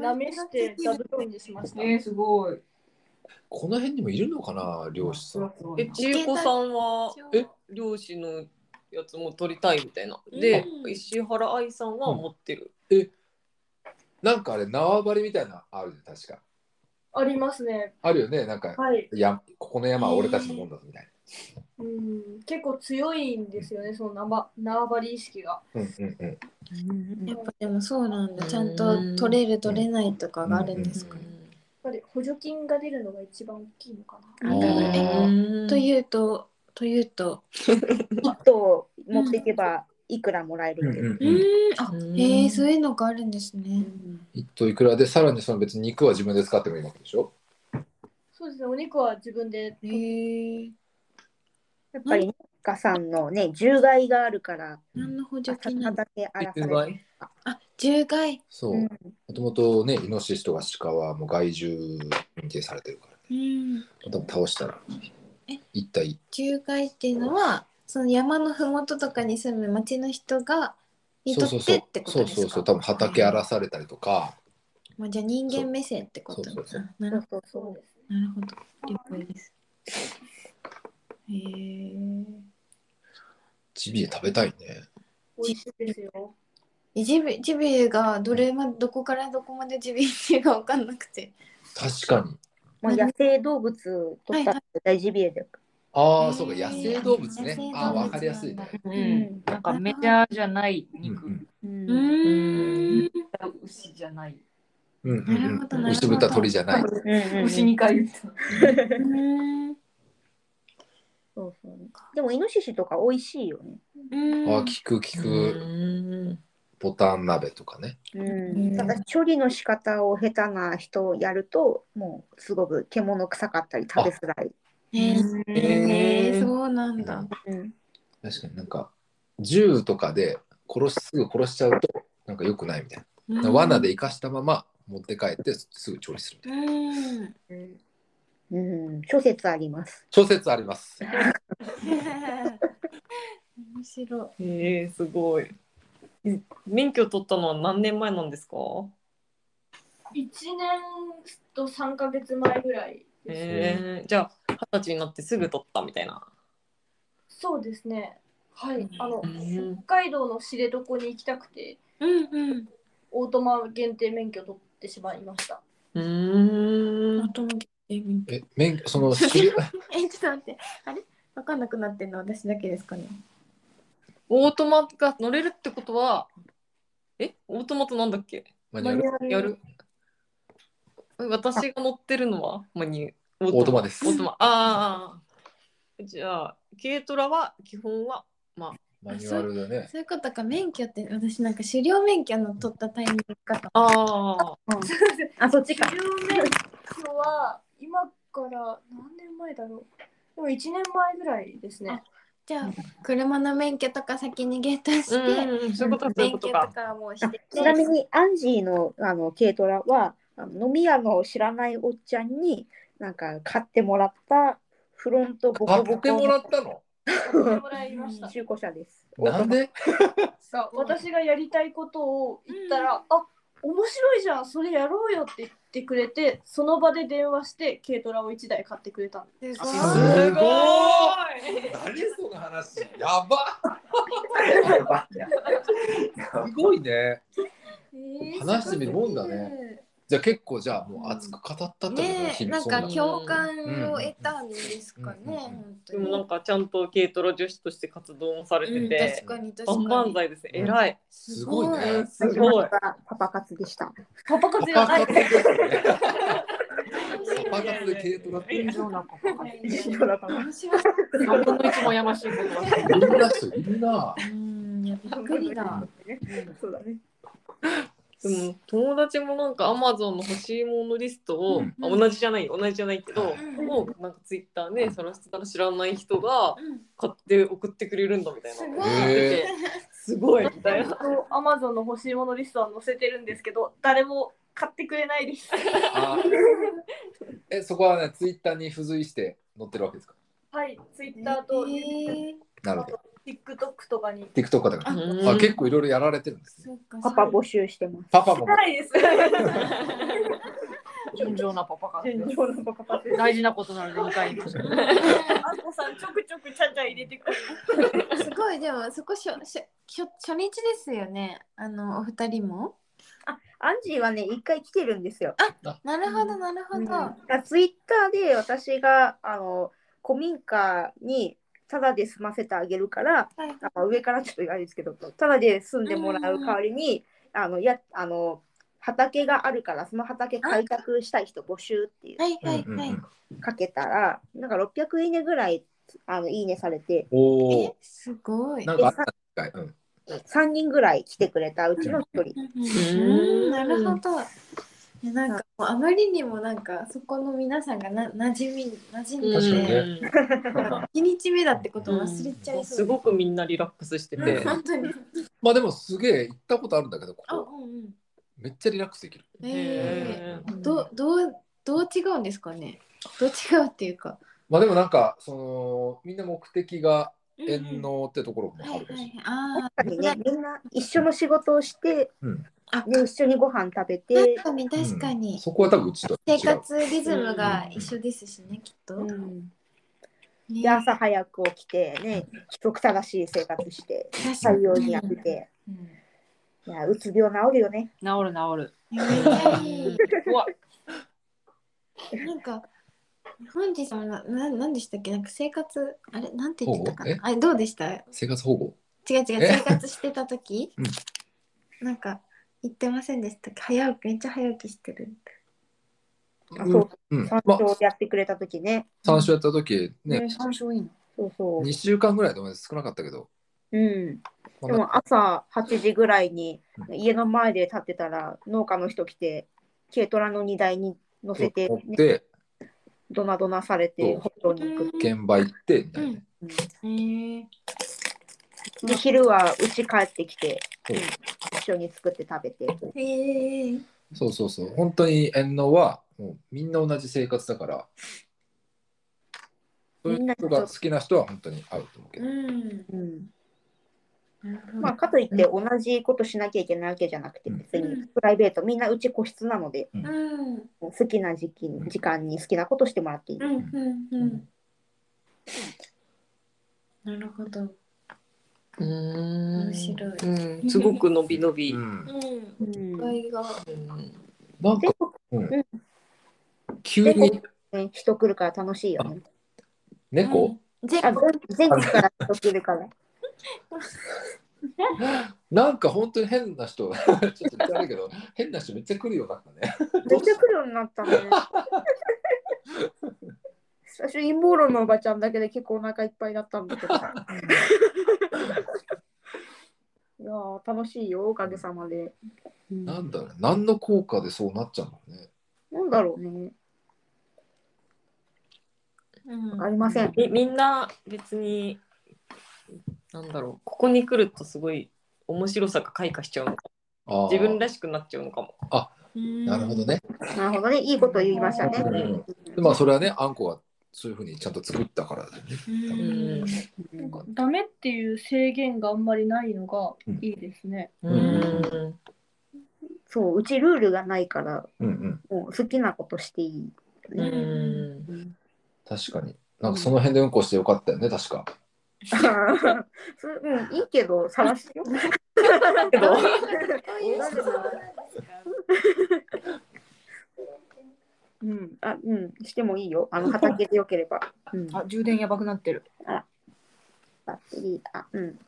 舐めしてダブルインにしました。えー、すごい。この辺にもいるのかな、漁師さん。えちえこさんはえ漁師のやつも取りたいみたいなでうん石原愛さんは持ってるなんかあれ、縄張りみたいなのあるね、確か。ありますね。あるよね、なんか、はい。やここの山は俺たちのもんだぞみたいうん、結構強いんですよね、その縄縄張り意識が。うんうんうんやっぱでもそうなんだ。ちゃんと取れる取れないとかがあるんですかね。やっぱり補助金が出るのが一番大きいのかな。うんうんというと、というと。一頭持っていけばいくらもらえるけど。うんあ、へえそういうのがあるんですね。一頭いくらでさらにその別に肉は自分で使ってもいいわけでしょそうですね、お肉は自分で。へえやっぱり、農家さんのね、獣害があるから、何の補助金なんだ。畑荒らさうれまてるい。獣害。そううんもともとねイノシシとか鹿はもう害獣認定されてるからねうん。多分倒したらえ一体獣害っていうのは、その山のふもととかに住む町の人が。にそとうそうっそてうってこそとうですか。そうそう多分畑荒らされたりとかまあ、じゃあ人間目線ってことそうそうそうなそるうそうそう。なるほど。了解です。へえジビエ食べたいね美味しいですよ。えジビジビエがどれまどこからどこまでジビエっていうか分かんなくて。確かにまあ、野生動物とったら大ジビエだよ。あへーあそうか野生動物ね野生動物ああわかりやすいねう、うんなんかメジャーじゃない肉。うんうんう。うんん、牛じゃない。うんうんなるほどうなんるほど牛豚鳥じゃないうんうん牛2回言った。うん。そうそうでもイノシシとか美味しいよね。うん。あ聞く聞くん。ボタン鍋とかねうん、ただ処理の仕方を下手な人をやるともうすごく獣臭かったり食べづらい。えー、えー、そうなんだ。うん、確かになんか銃とかで殺しすぐ殺しちゃうとなんか良くないみたいな罠で生かしたまま持って帰ってすぐ調理するみたいなうん。うん、諸説あります。諸説あります面白へえすごい。え免許取ったのは何年前なんですか。 1年と3ヶ月前ぐらいです。えー、じゃあ二十歳になってすぐ取ったみたいな。そうですね。はい。あの、ん北海道の知床に行きたくて、うんうん。オートマ限定免許取ってしまいました。うまーん。ともにえみんえ免許そ の知りえちょっと待って。あれ分かんなくなってんの私だけですかね。オートマが乗れるってことは、えオートマとなんだっけ。マニュアルやる。私が乗ってるのはマニュオオートマですオートマ。ああ。じゃあ軽トラは基本はまマニュアルだねそういうことか免許って私なんか狩猟免許の取ったタイミングかと。あああ、そっちか。狩猟免許は今から何年前だろう。でも1年前ぐらいですね。じゃあ車の免許とか先にゲットして、ー。うんうんそういうことそういう免こ許ととか。かはもうしてて。ちなみにアンジーのあの軽トラはあの飲み屋の知らないおっちゃんになんか買ってもらったフロントボコ買ボっコてもらのったの買ってもらいました。中古車です。なんでが私がやりたいことを言ったら、あ面白いじゃんそれやろうよって言ってくれてその場で電話して軽トラを1台買ってくれたんですすごいごい。い何その話やばやばいやすごいねえ話してみるもんだねじゃあ結構じゃあもう熱く語ったってことねえ日々なんそんなかの共感を得たんですかね、うんうんうん本当でにもなんかちゃんと軽トラ女子として活動もされてうん、て確、かに確万か々に歳ですね。うん偉い。すごいすごねす始ごまいっ。たパパ活でした。パパパ活がなパい活ですねパパ活で軽トラって天井なんか。面白い 三分の一もやましいことは。いるな人いるなうんいやびっくりだそうだね。でも友達もなんかアマゾンの欲しいものリストを、うんあ同じじゃない同じじゃないけど、うんもうなんかツイッターで探してたら知らない人がうん買って送ってくれるんだみたいな。すごいへえ すごいみたいな。アマゾンの欲しいものリストは載せてるんですけど誰も買ってくれないですあえそこはねツイッターに付随して載ってるわけですかはいツイッターとえー、なるほど TikTok とかに TikTok とかああ結構いろいろやられてるんですねそうかパパ募集してます。パパもないです天井なパパか。パパ活大事なことなので2回言いました。あんこさんちょくちょくちゃちゃ入れてくるそうかすごいでもそこしょしょしょ初日ですよねあのお二人もアンジーはね、一回来てるんですよ。なるほどなるほど、ツイッターで私があの古民家にただで済ませてあげるから、なんか上からちょっと言われるんですけど、ただで済んでもらう代わりに、あのやあの畑があるから、その畑開拓したい人募集っていう、はいはいはい。かけたら、なんか600いいねぐらいあのいいねされて、おお。すごい。なんかあったんかい。うん。 3人ぐらい来てくれたうちの1う人。んなるほど。いやなんかもうあまりにもなんかそこの皆さんがな馴染み馴染んで確かにて、ね一日目だってことを忘れちゃいそすう。ごくみんなリラックスしてて。本当に。まあでもすげえ行ったことあるんだけど、こあ、うこんうん。めっちゃリラックスできる。えへえどどうどう違うんですかね。どう違うっていうか。まあでもなんかそのみんな目的がうんうん遠納ってところもはあいるはかいもしはれない。。いあ確かにね、みんな一緒の仕事をして、うんあ。あで一緒にご飯食べて確、かに確かうんに。そこは多分うちとは違う生活リズムが一緒ですしね、きっと。うんねで朝早く起きて、ね、規則正しい生活して、確か採に。用にやって、いやうつ病治るよね。治る治る。めっちゃいい。うわなんか、本日もな、ななんでしたっけ、なんか生活、あれ、なんて言ってたかほうな。あれ、どうでした違生活保護。う違えう、生活してた時うんなんか、言ってませんでしたっけ早起き、めっちゃ早起きしてる。あそう、うん。山まあ頂やってくれた時ね。三週やった時ね、山椒いいの。そうそ二週間ぐらいでも少なかったけど。う。うん。まであも朝8時ぐらいに家の前で立ってたら農家の人来て軽トラの荷台に乗せて、持っね、てドナドナされてそ本当に行く。現場行ってみたいなね。で昼は家帰ってきてそう一緒に作って食べて。へえ。そうそうそう。本当に遠納はもうみんな同じ生活だから。そういう人が好きな人は本当に合うと思うけど。うん。うんなるほどまあ、かといって同じことしなきゃいけないわけじゃなくてうん別うにんプライベートみんなうち個室なのでうん。好きな時期に時間に好きなことしてもらっていい。うん。うん。うん。なるほど。うーん面白いうん、すごく伸び伸び。ううんんうん。うん意外が。なんか全国急にね人来るから楽しいよね。猫、全あ国全全国から人来るから。なんか本当に変な人 ちょっと言ってあるけど変な人めっちゃ来るようになったね。めっちゃ来るようになった ね。最初陰謀論のおばちゃんだけで結構お腹いっぱいだったんだ けど。いやー楽しいよおかげさまで。なんだろう何の効果でそうなっちゃうんだろうね。なんだろうね。わかりません。みみんな別に、なんだろう、ここに来るとすごい面白さが開花しちゃうのかあー自分らしくなっちゃうのかも。なるほどね。なるほどねいいこと言いましたね。でまあそれはねあんこがそういうふうにちゃんと作ったからだよね。ううんん。なんかダメっていう制限があんまりないのがいいですね。うん。そううちルールがないからうんうんもう好きなことしてい い。うん。確かに。なんかその辺でうんこしてよかったよね確か。そうんいいけど探してよ。けど。なんでだろううん、あ、うん、してもいいよ。あの畑でよければ。うん、バあ、充電やばくなってる。ッテリー、あ、うん。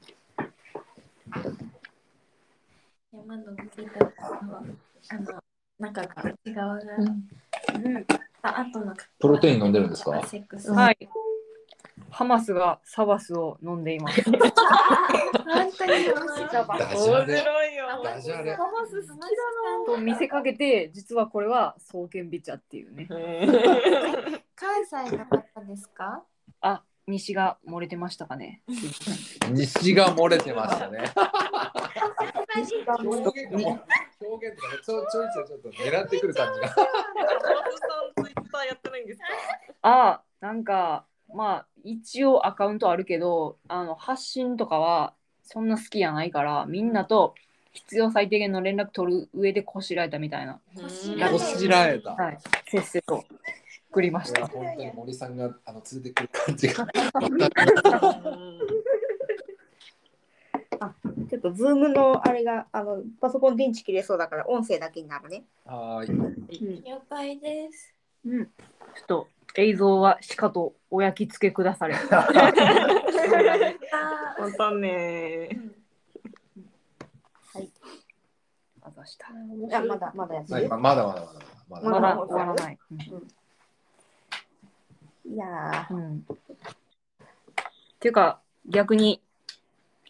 山登りた時のあの中が内側が、あ後のプロテイン飲んでるんですかセックスはい。ハマスがサバスを飲んでい ます。本当に面白いダ面ジャレ。白いよ。ダジャレ。マス好きだと見せかけて、実はこれは双剣ビチャっていうね。関西の方ですかあ、西が漏れてましたかね。西が漏れてましたね。西表現がもう表現とかねちょちょいちょいちょっと狙ってくる感じが。松さんツイッターやってないんですか。あ、なんか、まあ、一応アカウントあるけど、あの発信とかはそんな好きやないから、みんなと必要最低限の連絡取る上でこしらえたみたいな。うんこしらえた。はい。せっせと送りましいやた。本当に森さんがあの連れてくる感じ が。ちょっと、ズームのあれが、あの、パソコン電池切れそうだから、音声だけになるね。はーい。うん。了解ですうん。ちょっと映像はしかとお焼き付けくださ れ。またねー。はい。あざした。いやまだまだやってまる。まだまだままだまだ。だまだ終わらない。いやーうん。っていうか、逆に、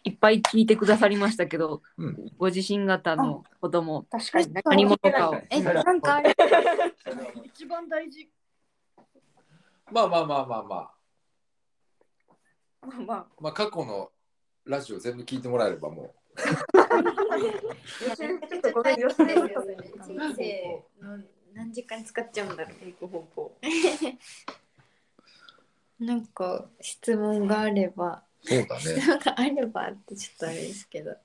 いっぱい聞いてくださりましたけど、うんご自身方のことも確かに何何者かを。え、なんかあれ、一番大事。まあまあまあまあまあ。まあまあまあ過去のラジオ全部聞いてもらえればもちょっとごめんよす人生の何時間使っちゃうんだろ行く方向。う。 なんか質問があれば、う。そうだね。質問があればってちょっとあれですけど。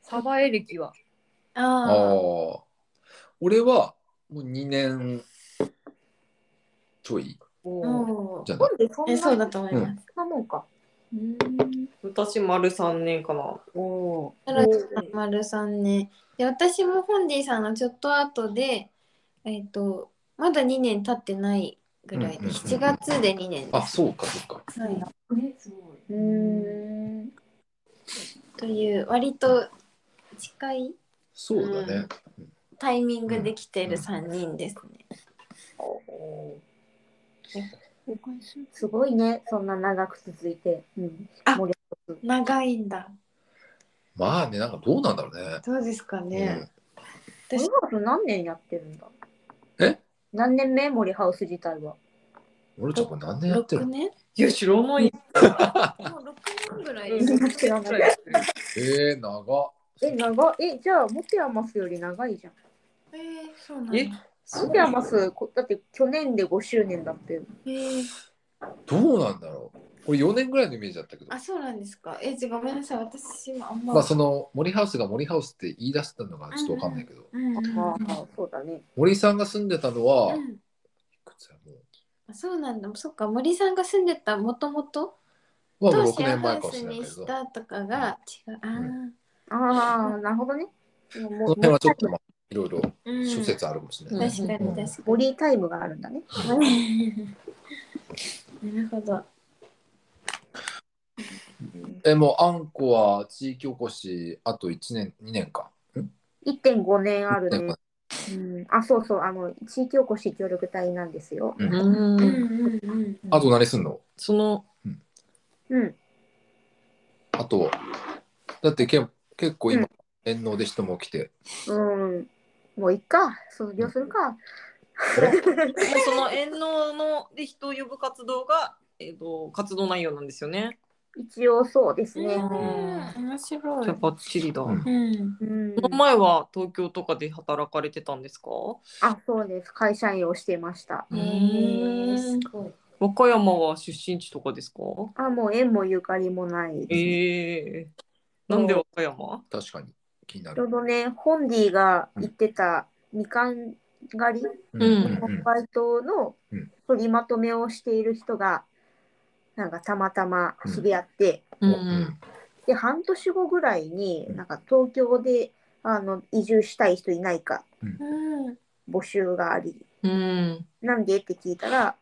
サバエ歴は。あああ、あ。俺はもう2年ちょいもじゃない。う、え、そうだと思います。そんなもんか。私、丸三年かな。おおタラちゃん丸三年。で、私もホンディさんのちょっと後で、えっ、と、まだ2年経ってないぐらいうんうんうで、ん7月で2年であ、す。そうかそうか。はいー。すごい。うーん。という、割と近いそうだね。タイミングで来てる3人ですね。すごいね、そんな長く続いて。うん。あ盛り長いんだ。まあね、なんかどうなんだろうね。どうですかね。森ハウス何年やってるんだえ何年目森ハウス自体は。うん、俺ちゃんこれ何年やってる6の年いや、知らない。もう6年ぐらいです。知らないえー、長っ。え、長っえ、じゃあ、モテアマスより長いじゃん。えー、そうなんだ。え、モテアマス、こだって去年で5周年だって。えーどうなんだろう。俺4年ぐらいのイメージだったけど。あ、そうなんですか。え、じゃあごめんなさい。私今あんま。まあその森ハウスが森ハウスって言い出したのがちょっとわかんないけど、うんうんまあ、そうだね。森さんが住んでたのは、ういんくつやもうあそうなんだ。そっか、森さんが住んでたもともと、まあ、もうどう6シェア年ハ前ウかもスしれないにけど、そしのたとかが違う。ああ、なるほどね。もうも辺はちょっとまあいろいろあー、うん諸説あるかもしれない、うん確かに確かボディタイムがあるんだね。に。なるほど。え、もうあんこは地域おこし、あと1年、2年か。 1.5年ある1.5ね年。うん、あ、そうそう、あの、地域おこし協力隊なんですよ。うんううんん。うんうん。あと何すんのその、うん。あと、だってけ結構今、遠納で人も来て、うん。もういっか。卒業するか。その遠納ので人を呼ぶ活動が、えっ、と、活動内容なんですよね。一応そうですうん、ね。面白じゃあ、い。ばっちりだ。うんうん。うんそ。の前は東京とかで働かれてたんですかあ、そうです。会社員をしてました。えんー、すごい。和歌山は出身地とかですかあ、もう縁もゆかりもない。ええなんで和歌山確かに気になちょる。うどね、ホンディが言ってたみかん狩りうんうんのバイトのうん取りまとめをしている人が、なんかたまたま知り合って、ううんうんで、半年後ぐらいにう、んなんか東京であの移住したい人いないかうん。募集があり、うん。なんでって聞いたら、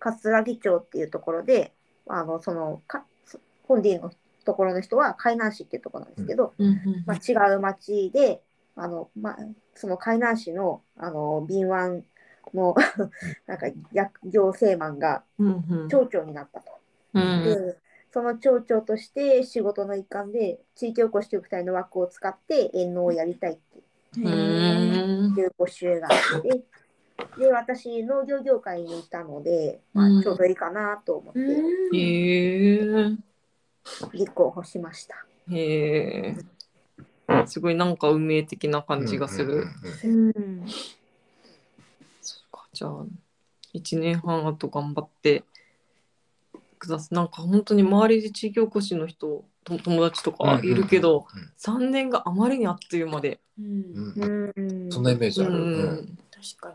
葛城町っていうところで、あの、その、かホンディのところの人は海南市っていうところなんですけど、うん。まあ、違う町で、あの、まあ、その海南市の、あの、敏腕の、 なんか、や行政マンがうん。町長になったと。うん。で、その町長として仕事の一環で、地域おこし協力隊の枠を使って、遠納をやりたいってうん。いう募集があって、で、私、農業業界にいたので、まうんあ、ちょうどいいかなと思っうて、ん。へえ。立候補しました。へえ。すごいなんか運命的な感じがすうんうるん。うんうん。そうか、じゃあ、1年半あと頑張ってください。なんか本当に周りで地域おこしの人、と友達とかいるけど、3年があまりにあっという間で。うんうんうんうんうん。そんなイメージうある。うんん。確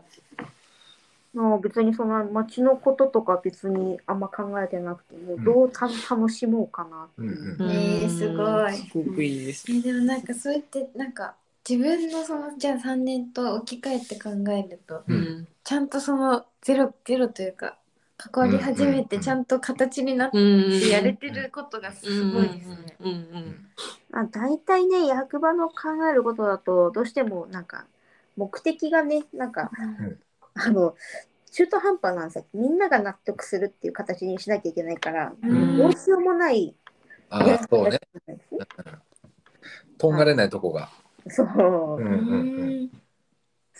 かに。もう別にその街のこととか別にあんま考えてなくて、もうどうた、楽しもうかなってうんいうう。んうんえーすごいすごくいいですえ。でもなんかそうやってなんか自分のそのじゃあ3年と置き換えて考えると、うんちゃんとそのゼロゼロというか関わり始めてちゃんと形になってやれてることがすごいですね。うんうんまあ、大体ね役場の考えることだとどうしてもなんか目的がねなんか、んあの中途半端なんですよみんなが納得するっていう形にしなきゃいけないから、うんどうしようもないああ、そうね。やつとんがれないとこが。そう、うんうん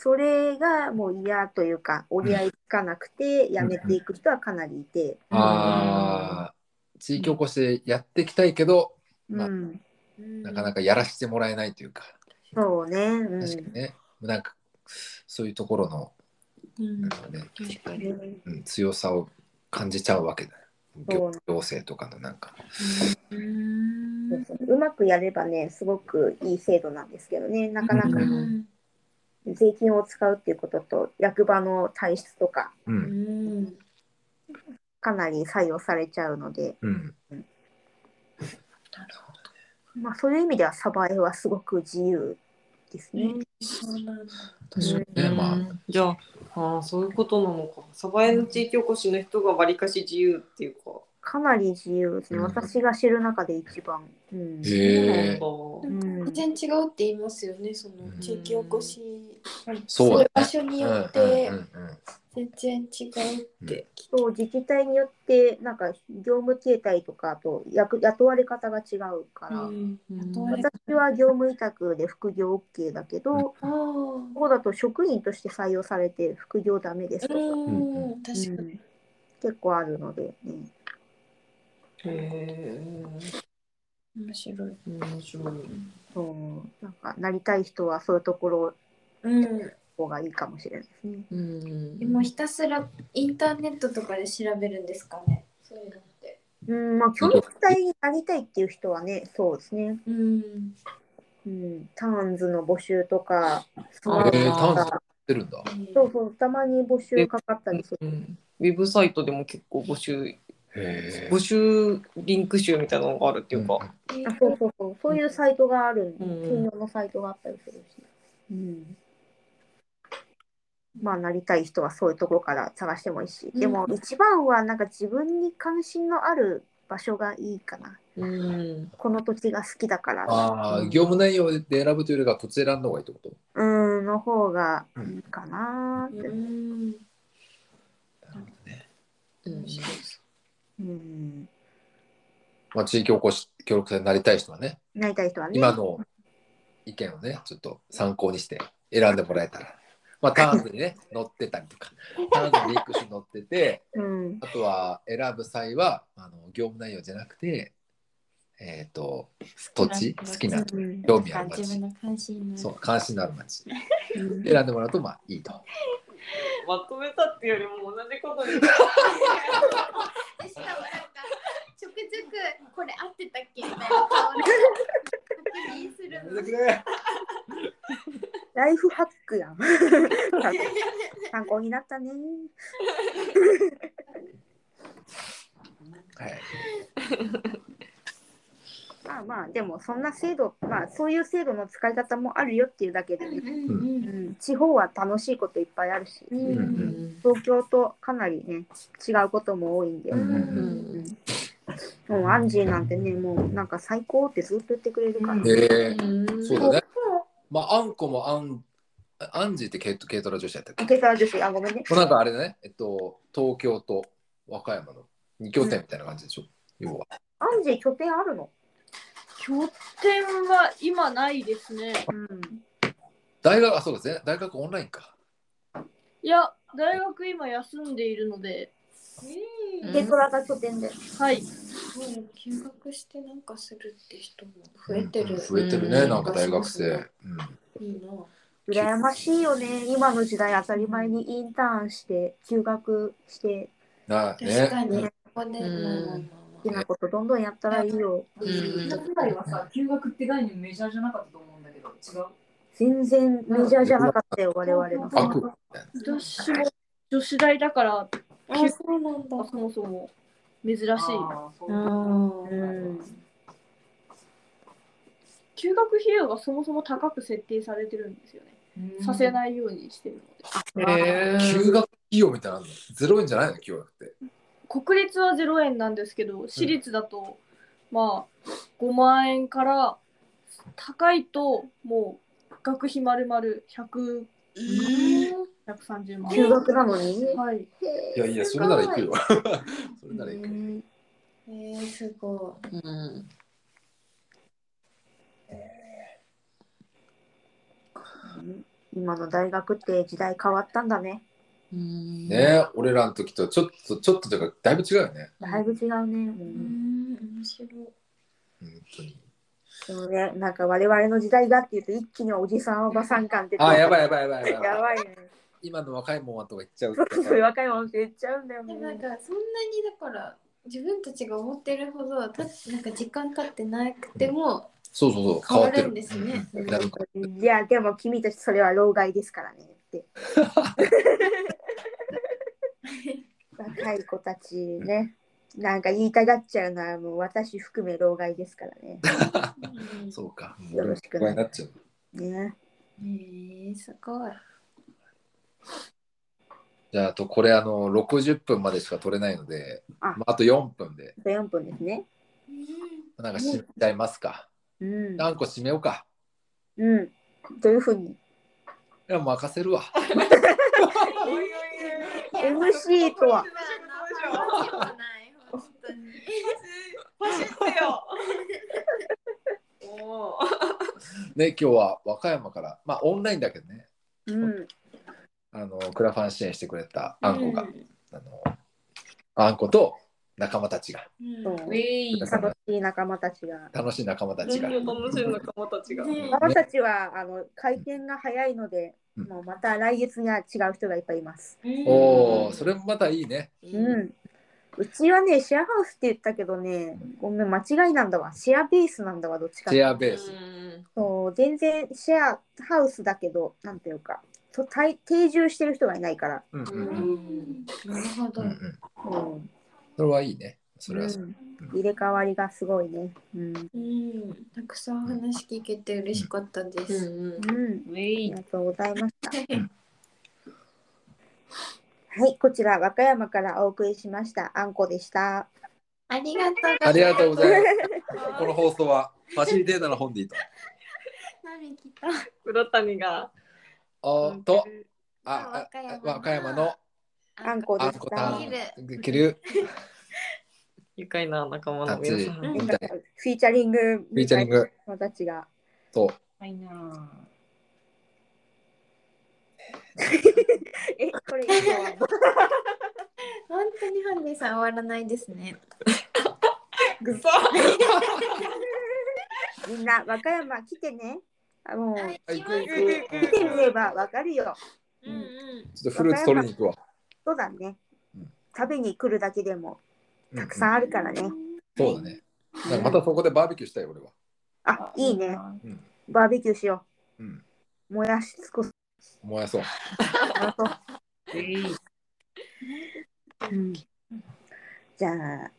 それがもう嫌というか折り合いつかなくてやめていく人はかなりいて、うん。ああ、地域おこしでやっていきたいけど、うんまあなかなかやらせてもらえないというか、そうね、うん、確かにね、なんかそういうところの、うんなんかね、確かにうん、強さを感じちゃうわけだよ。そう行行政とかのなんか。そうそううまくやればねすごくいい制度なんですけどねなかなかうん税金を使うっていうことと役場の体質とかうんかなり採用されちゃうので、うんまあ、そういう意味ではサバエはすごく自由ですね。確かにね、まあ、じゃああーそういうことなのか鯖江の地域おこしの人がわりかし自由っていうかかなり自由ですね。うん私が知る中で一番。うん。へえ、そうなんだうん、全然違うって言いますよねそのうん地域おこしそうだね場所にうよんうんってうん全然違うってそう自治体によってなんか業務形態とかあと役雇われ方が違うから、うん私は業務委託で副業 OK だけど、ああここだと職員として採用されて副業ダメですとか、うん確かうん結構あるので、ね、へえに面白い面白いそうなんかなりたい人はそういうところうんの方がいいかもしれないですね。うんでもひたすらインターネットとかで調べるんですかねそういうのってうん、まあ、協力隊になりたいっていう人はね、そうですね。うんうん、ターンズの募集とか、スうん。マへえ、ートタンスとやか、ってるんだ。そうそう、たまに募集かかったりする。うんウェブサイトでも結構募集へえ募。集リンク集みたいなのがあるっていうか、あそうそうそう、そういうサイトがあるんで、うん専用のサイトがあったりするし。うん。まあ、なりたい人はそういうところから探してもいいし、でも一番はなんか自分に関心のある場所がいいかな。うん、この土地が好きだから。ああ、業務内容で選ぶというよりか、土地選んだ方がいいってことうん、の方がいいかなーって。うんうん、うん。まあ、地域おこし協力隊になりたい人はね、なりたい人はね。今の意見をね、ちょっと参考にして選んでもらえたら。まあ、ターンズにね、乗ってたりとか、ターンズにリンクし乗ってて、うん。あとは選ぶ際は、あの業務内容じゃなくて、えっ、と、土地、好きな、うん興味ある自町分、の関心のそう、関心のある町、選んでもらうと、まあいいと。まとめたっていうよりも同じことにしかもなんかちょくちょくこれ合ってたっけみたいな顔で確認するのライフハック やん。参考になったね。はい。まあまあ、でもそんな制度、まあそういう制度の使い方もあるよっていうだけでね、うんうん、地方は楽しいこといっぱいあるし、うんうんうん東京とかなりね、違うことも多いんで、うんうんうんもうアンジーなんてね、もうなんか最高ってずっと言ってくれるから、へえそうだね。まあ、あんこもあん、あアンジーって軽軽トラ女子やったっけ受け皿女子、あ、ごめんね。もうなんかあれだね、えっと、東京と和歌山の二拠点みたいな感じでしょ、要は。アンジー拠点あるの拠点は今ないですね。うん。大学、あ、そうですね、大学オンラインか。いや、大学今休んでいるので、軽トラが拠点で。はい。休学してなんかするって人も増えてる、うん増えてるね、うんなんか大学生。うんいいな羨ましいよね。今の時代当たり前にインターンして、休学して、な確かね、に、ここで、うん好きなことどんどんやったらいいよ。うんぐらいはさ、休学って概念メジャーじゃなかったと思うんだけど、違う。全然メジャーじゃなかったよ、我々の。悪みたいな。私も女子大だから、あそうなんだそもそも珍しい。あーそううん。休学費用がそもそも高く設定されてるんですよね。させないようにしてるので。休学費用みたいなのゼロ円じゃないの休学って。国立は0円なんですけど私立だと、まあ5万円から高いともう学費まるまる100、130万休学なのにはい、いやいや、それなら行くよ。 それなら行く。えー、すごい。うん。今の大学って時代変わったんだね。うん。ね俺らの時とちょっと、ちょっとというか、だいぶ違うよね。だいぶ違うね。ううんん、面白い。本当に。でもね、なんか我々の時代だって言うと一気におじさんおばさん感ってあ、やばいやばいやばいやばい。やばいね。今の若いもんはとか言っちゃう。そういう若いもんって言っちゃうんだよでねも。なんかそんなにだから自分たちが思ってるほどたなんか時間経ってなくてもそうそうそう、変変わわってるる。んですね。うんなるかいや、でも君たちそれは老害ですからねっ て。 若い子たちね、なんか言いたがっちゃうのはもう私含め老害ですから ね。うんそうか。もうよ俺ろもしくね不安になっちゃう。ねえー、すごい。じゃあ、あとこれ、あの、60分までしか取れないので、あまあ、あと4分で、あと4分ですね。なんか締めちゃいますか。うん。何個締めようか。うん。どういうふうにいや、任せるわ。 ?MC とは。ない本当に。ね、今日は和歌山から、まあ、オンラインだけどね、うん。あの、クラファン支援してくれたあんこが、あの、あんこと仲間たちが、そうウェイ。楽しい仲間たちが。楽しい仲間たちが、何を楽しい仲間たちが。ね仲間たちはあの回転が早いので、うんもうまた来月には違う人がいっぱいいます。おお、それもまたいいね。うん。うちはね、シェアハウスって言ったけどね、ごめん、間違いなんだわ。シェアベースなんだわ、どっちかっシてェアベース。そう全然シェアハウスだけど、なんていうか、そうたい定住してる人がいないから。うんうんううんんなるほうどんう。ん。うんそれはいいね。それはそううん入れ替わりがすごいね。うん。ううん、たくさん話聞けて嬉しかったです。うん。ん。ウェありイ。がとうございました。はい、こちら和歌山からお送りしましたあんこでした。ありがとうございます。ありがとうございます。 この放送はファシリテーターの本でいいと。何来た黒谷が。おーっと、和あ、歌山あの和歌山のあんこあでんしこた。たなんんでかん、きる愉快な仲間の皆さん。みたいな。フィーチャリングフィーチャリング私たちが。と、はいなえ、これ以上は本当にハンディさん終わらないですね。ぐそ。 みんな和歌山来てね。あもうはいあ行く行行く来てみればわかるよ。うんうん。ちょっとフルーツ取りに行くわ。そうだねうん。食べに来るだけでもうんうたんくさんあるからね。そうだね。なんかまたそこでバーベキューしたい俺は。あ、いいね。うん。バーベキューしようん。う。もやしつこそ。燃やそう。ウェイ。じゃあ、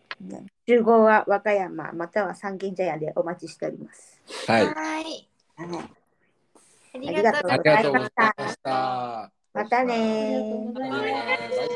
集合は和歌山または三軒茶屋でお待ちしております。はい。はい。はいあありりががとうとごうざいありまがとうごすざいました。またねー。ありがとうございますバイバイ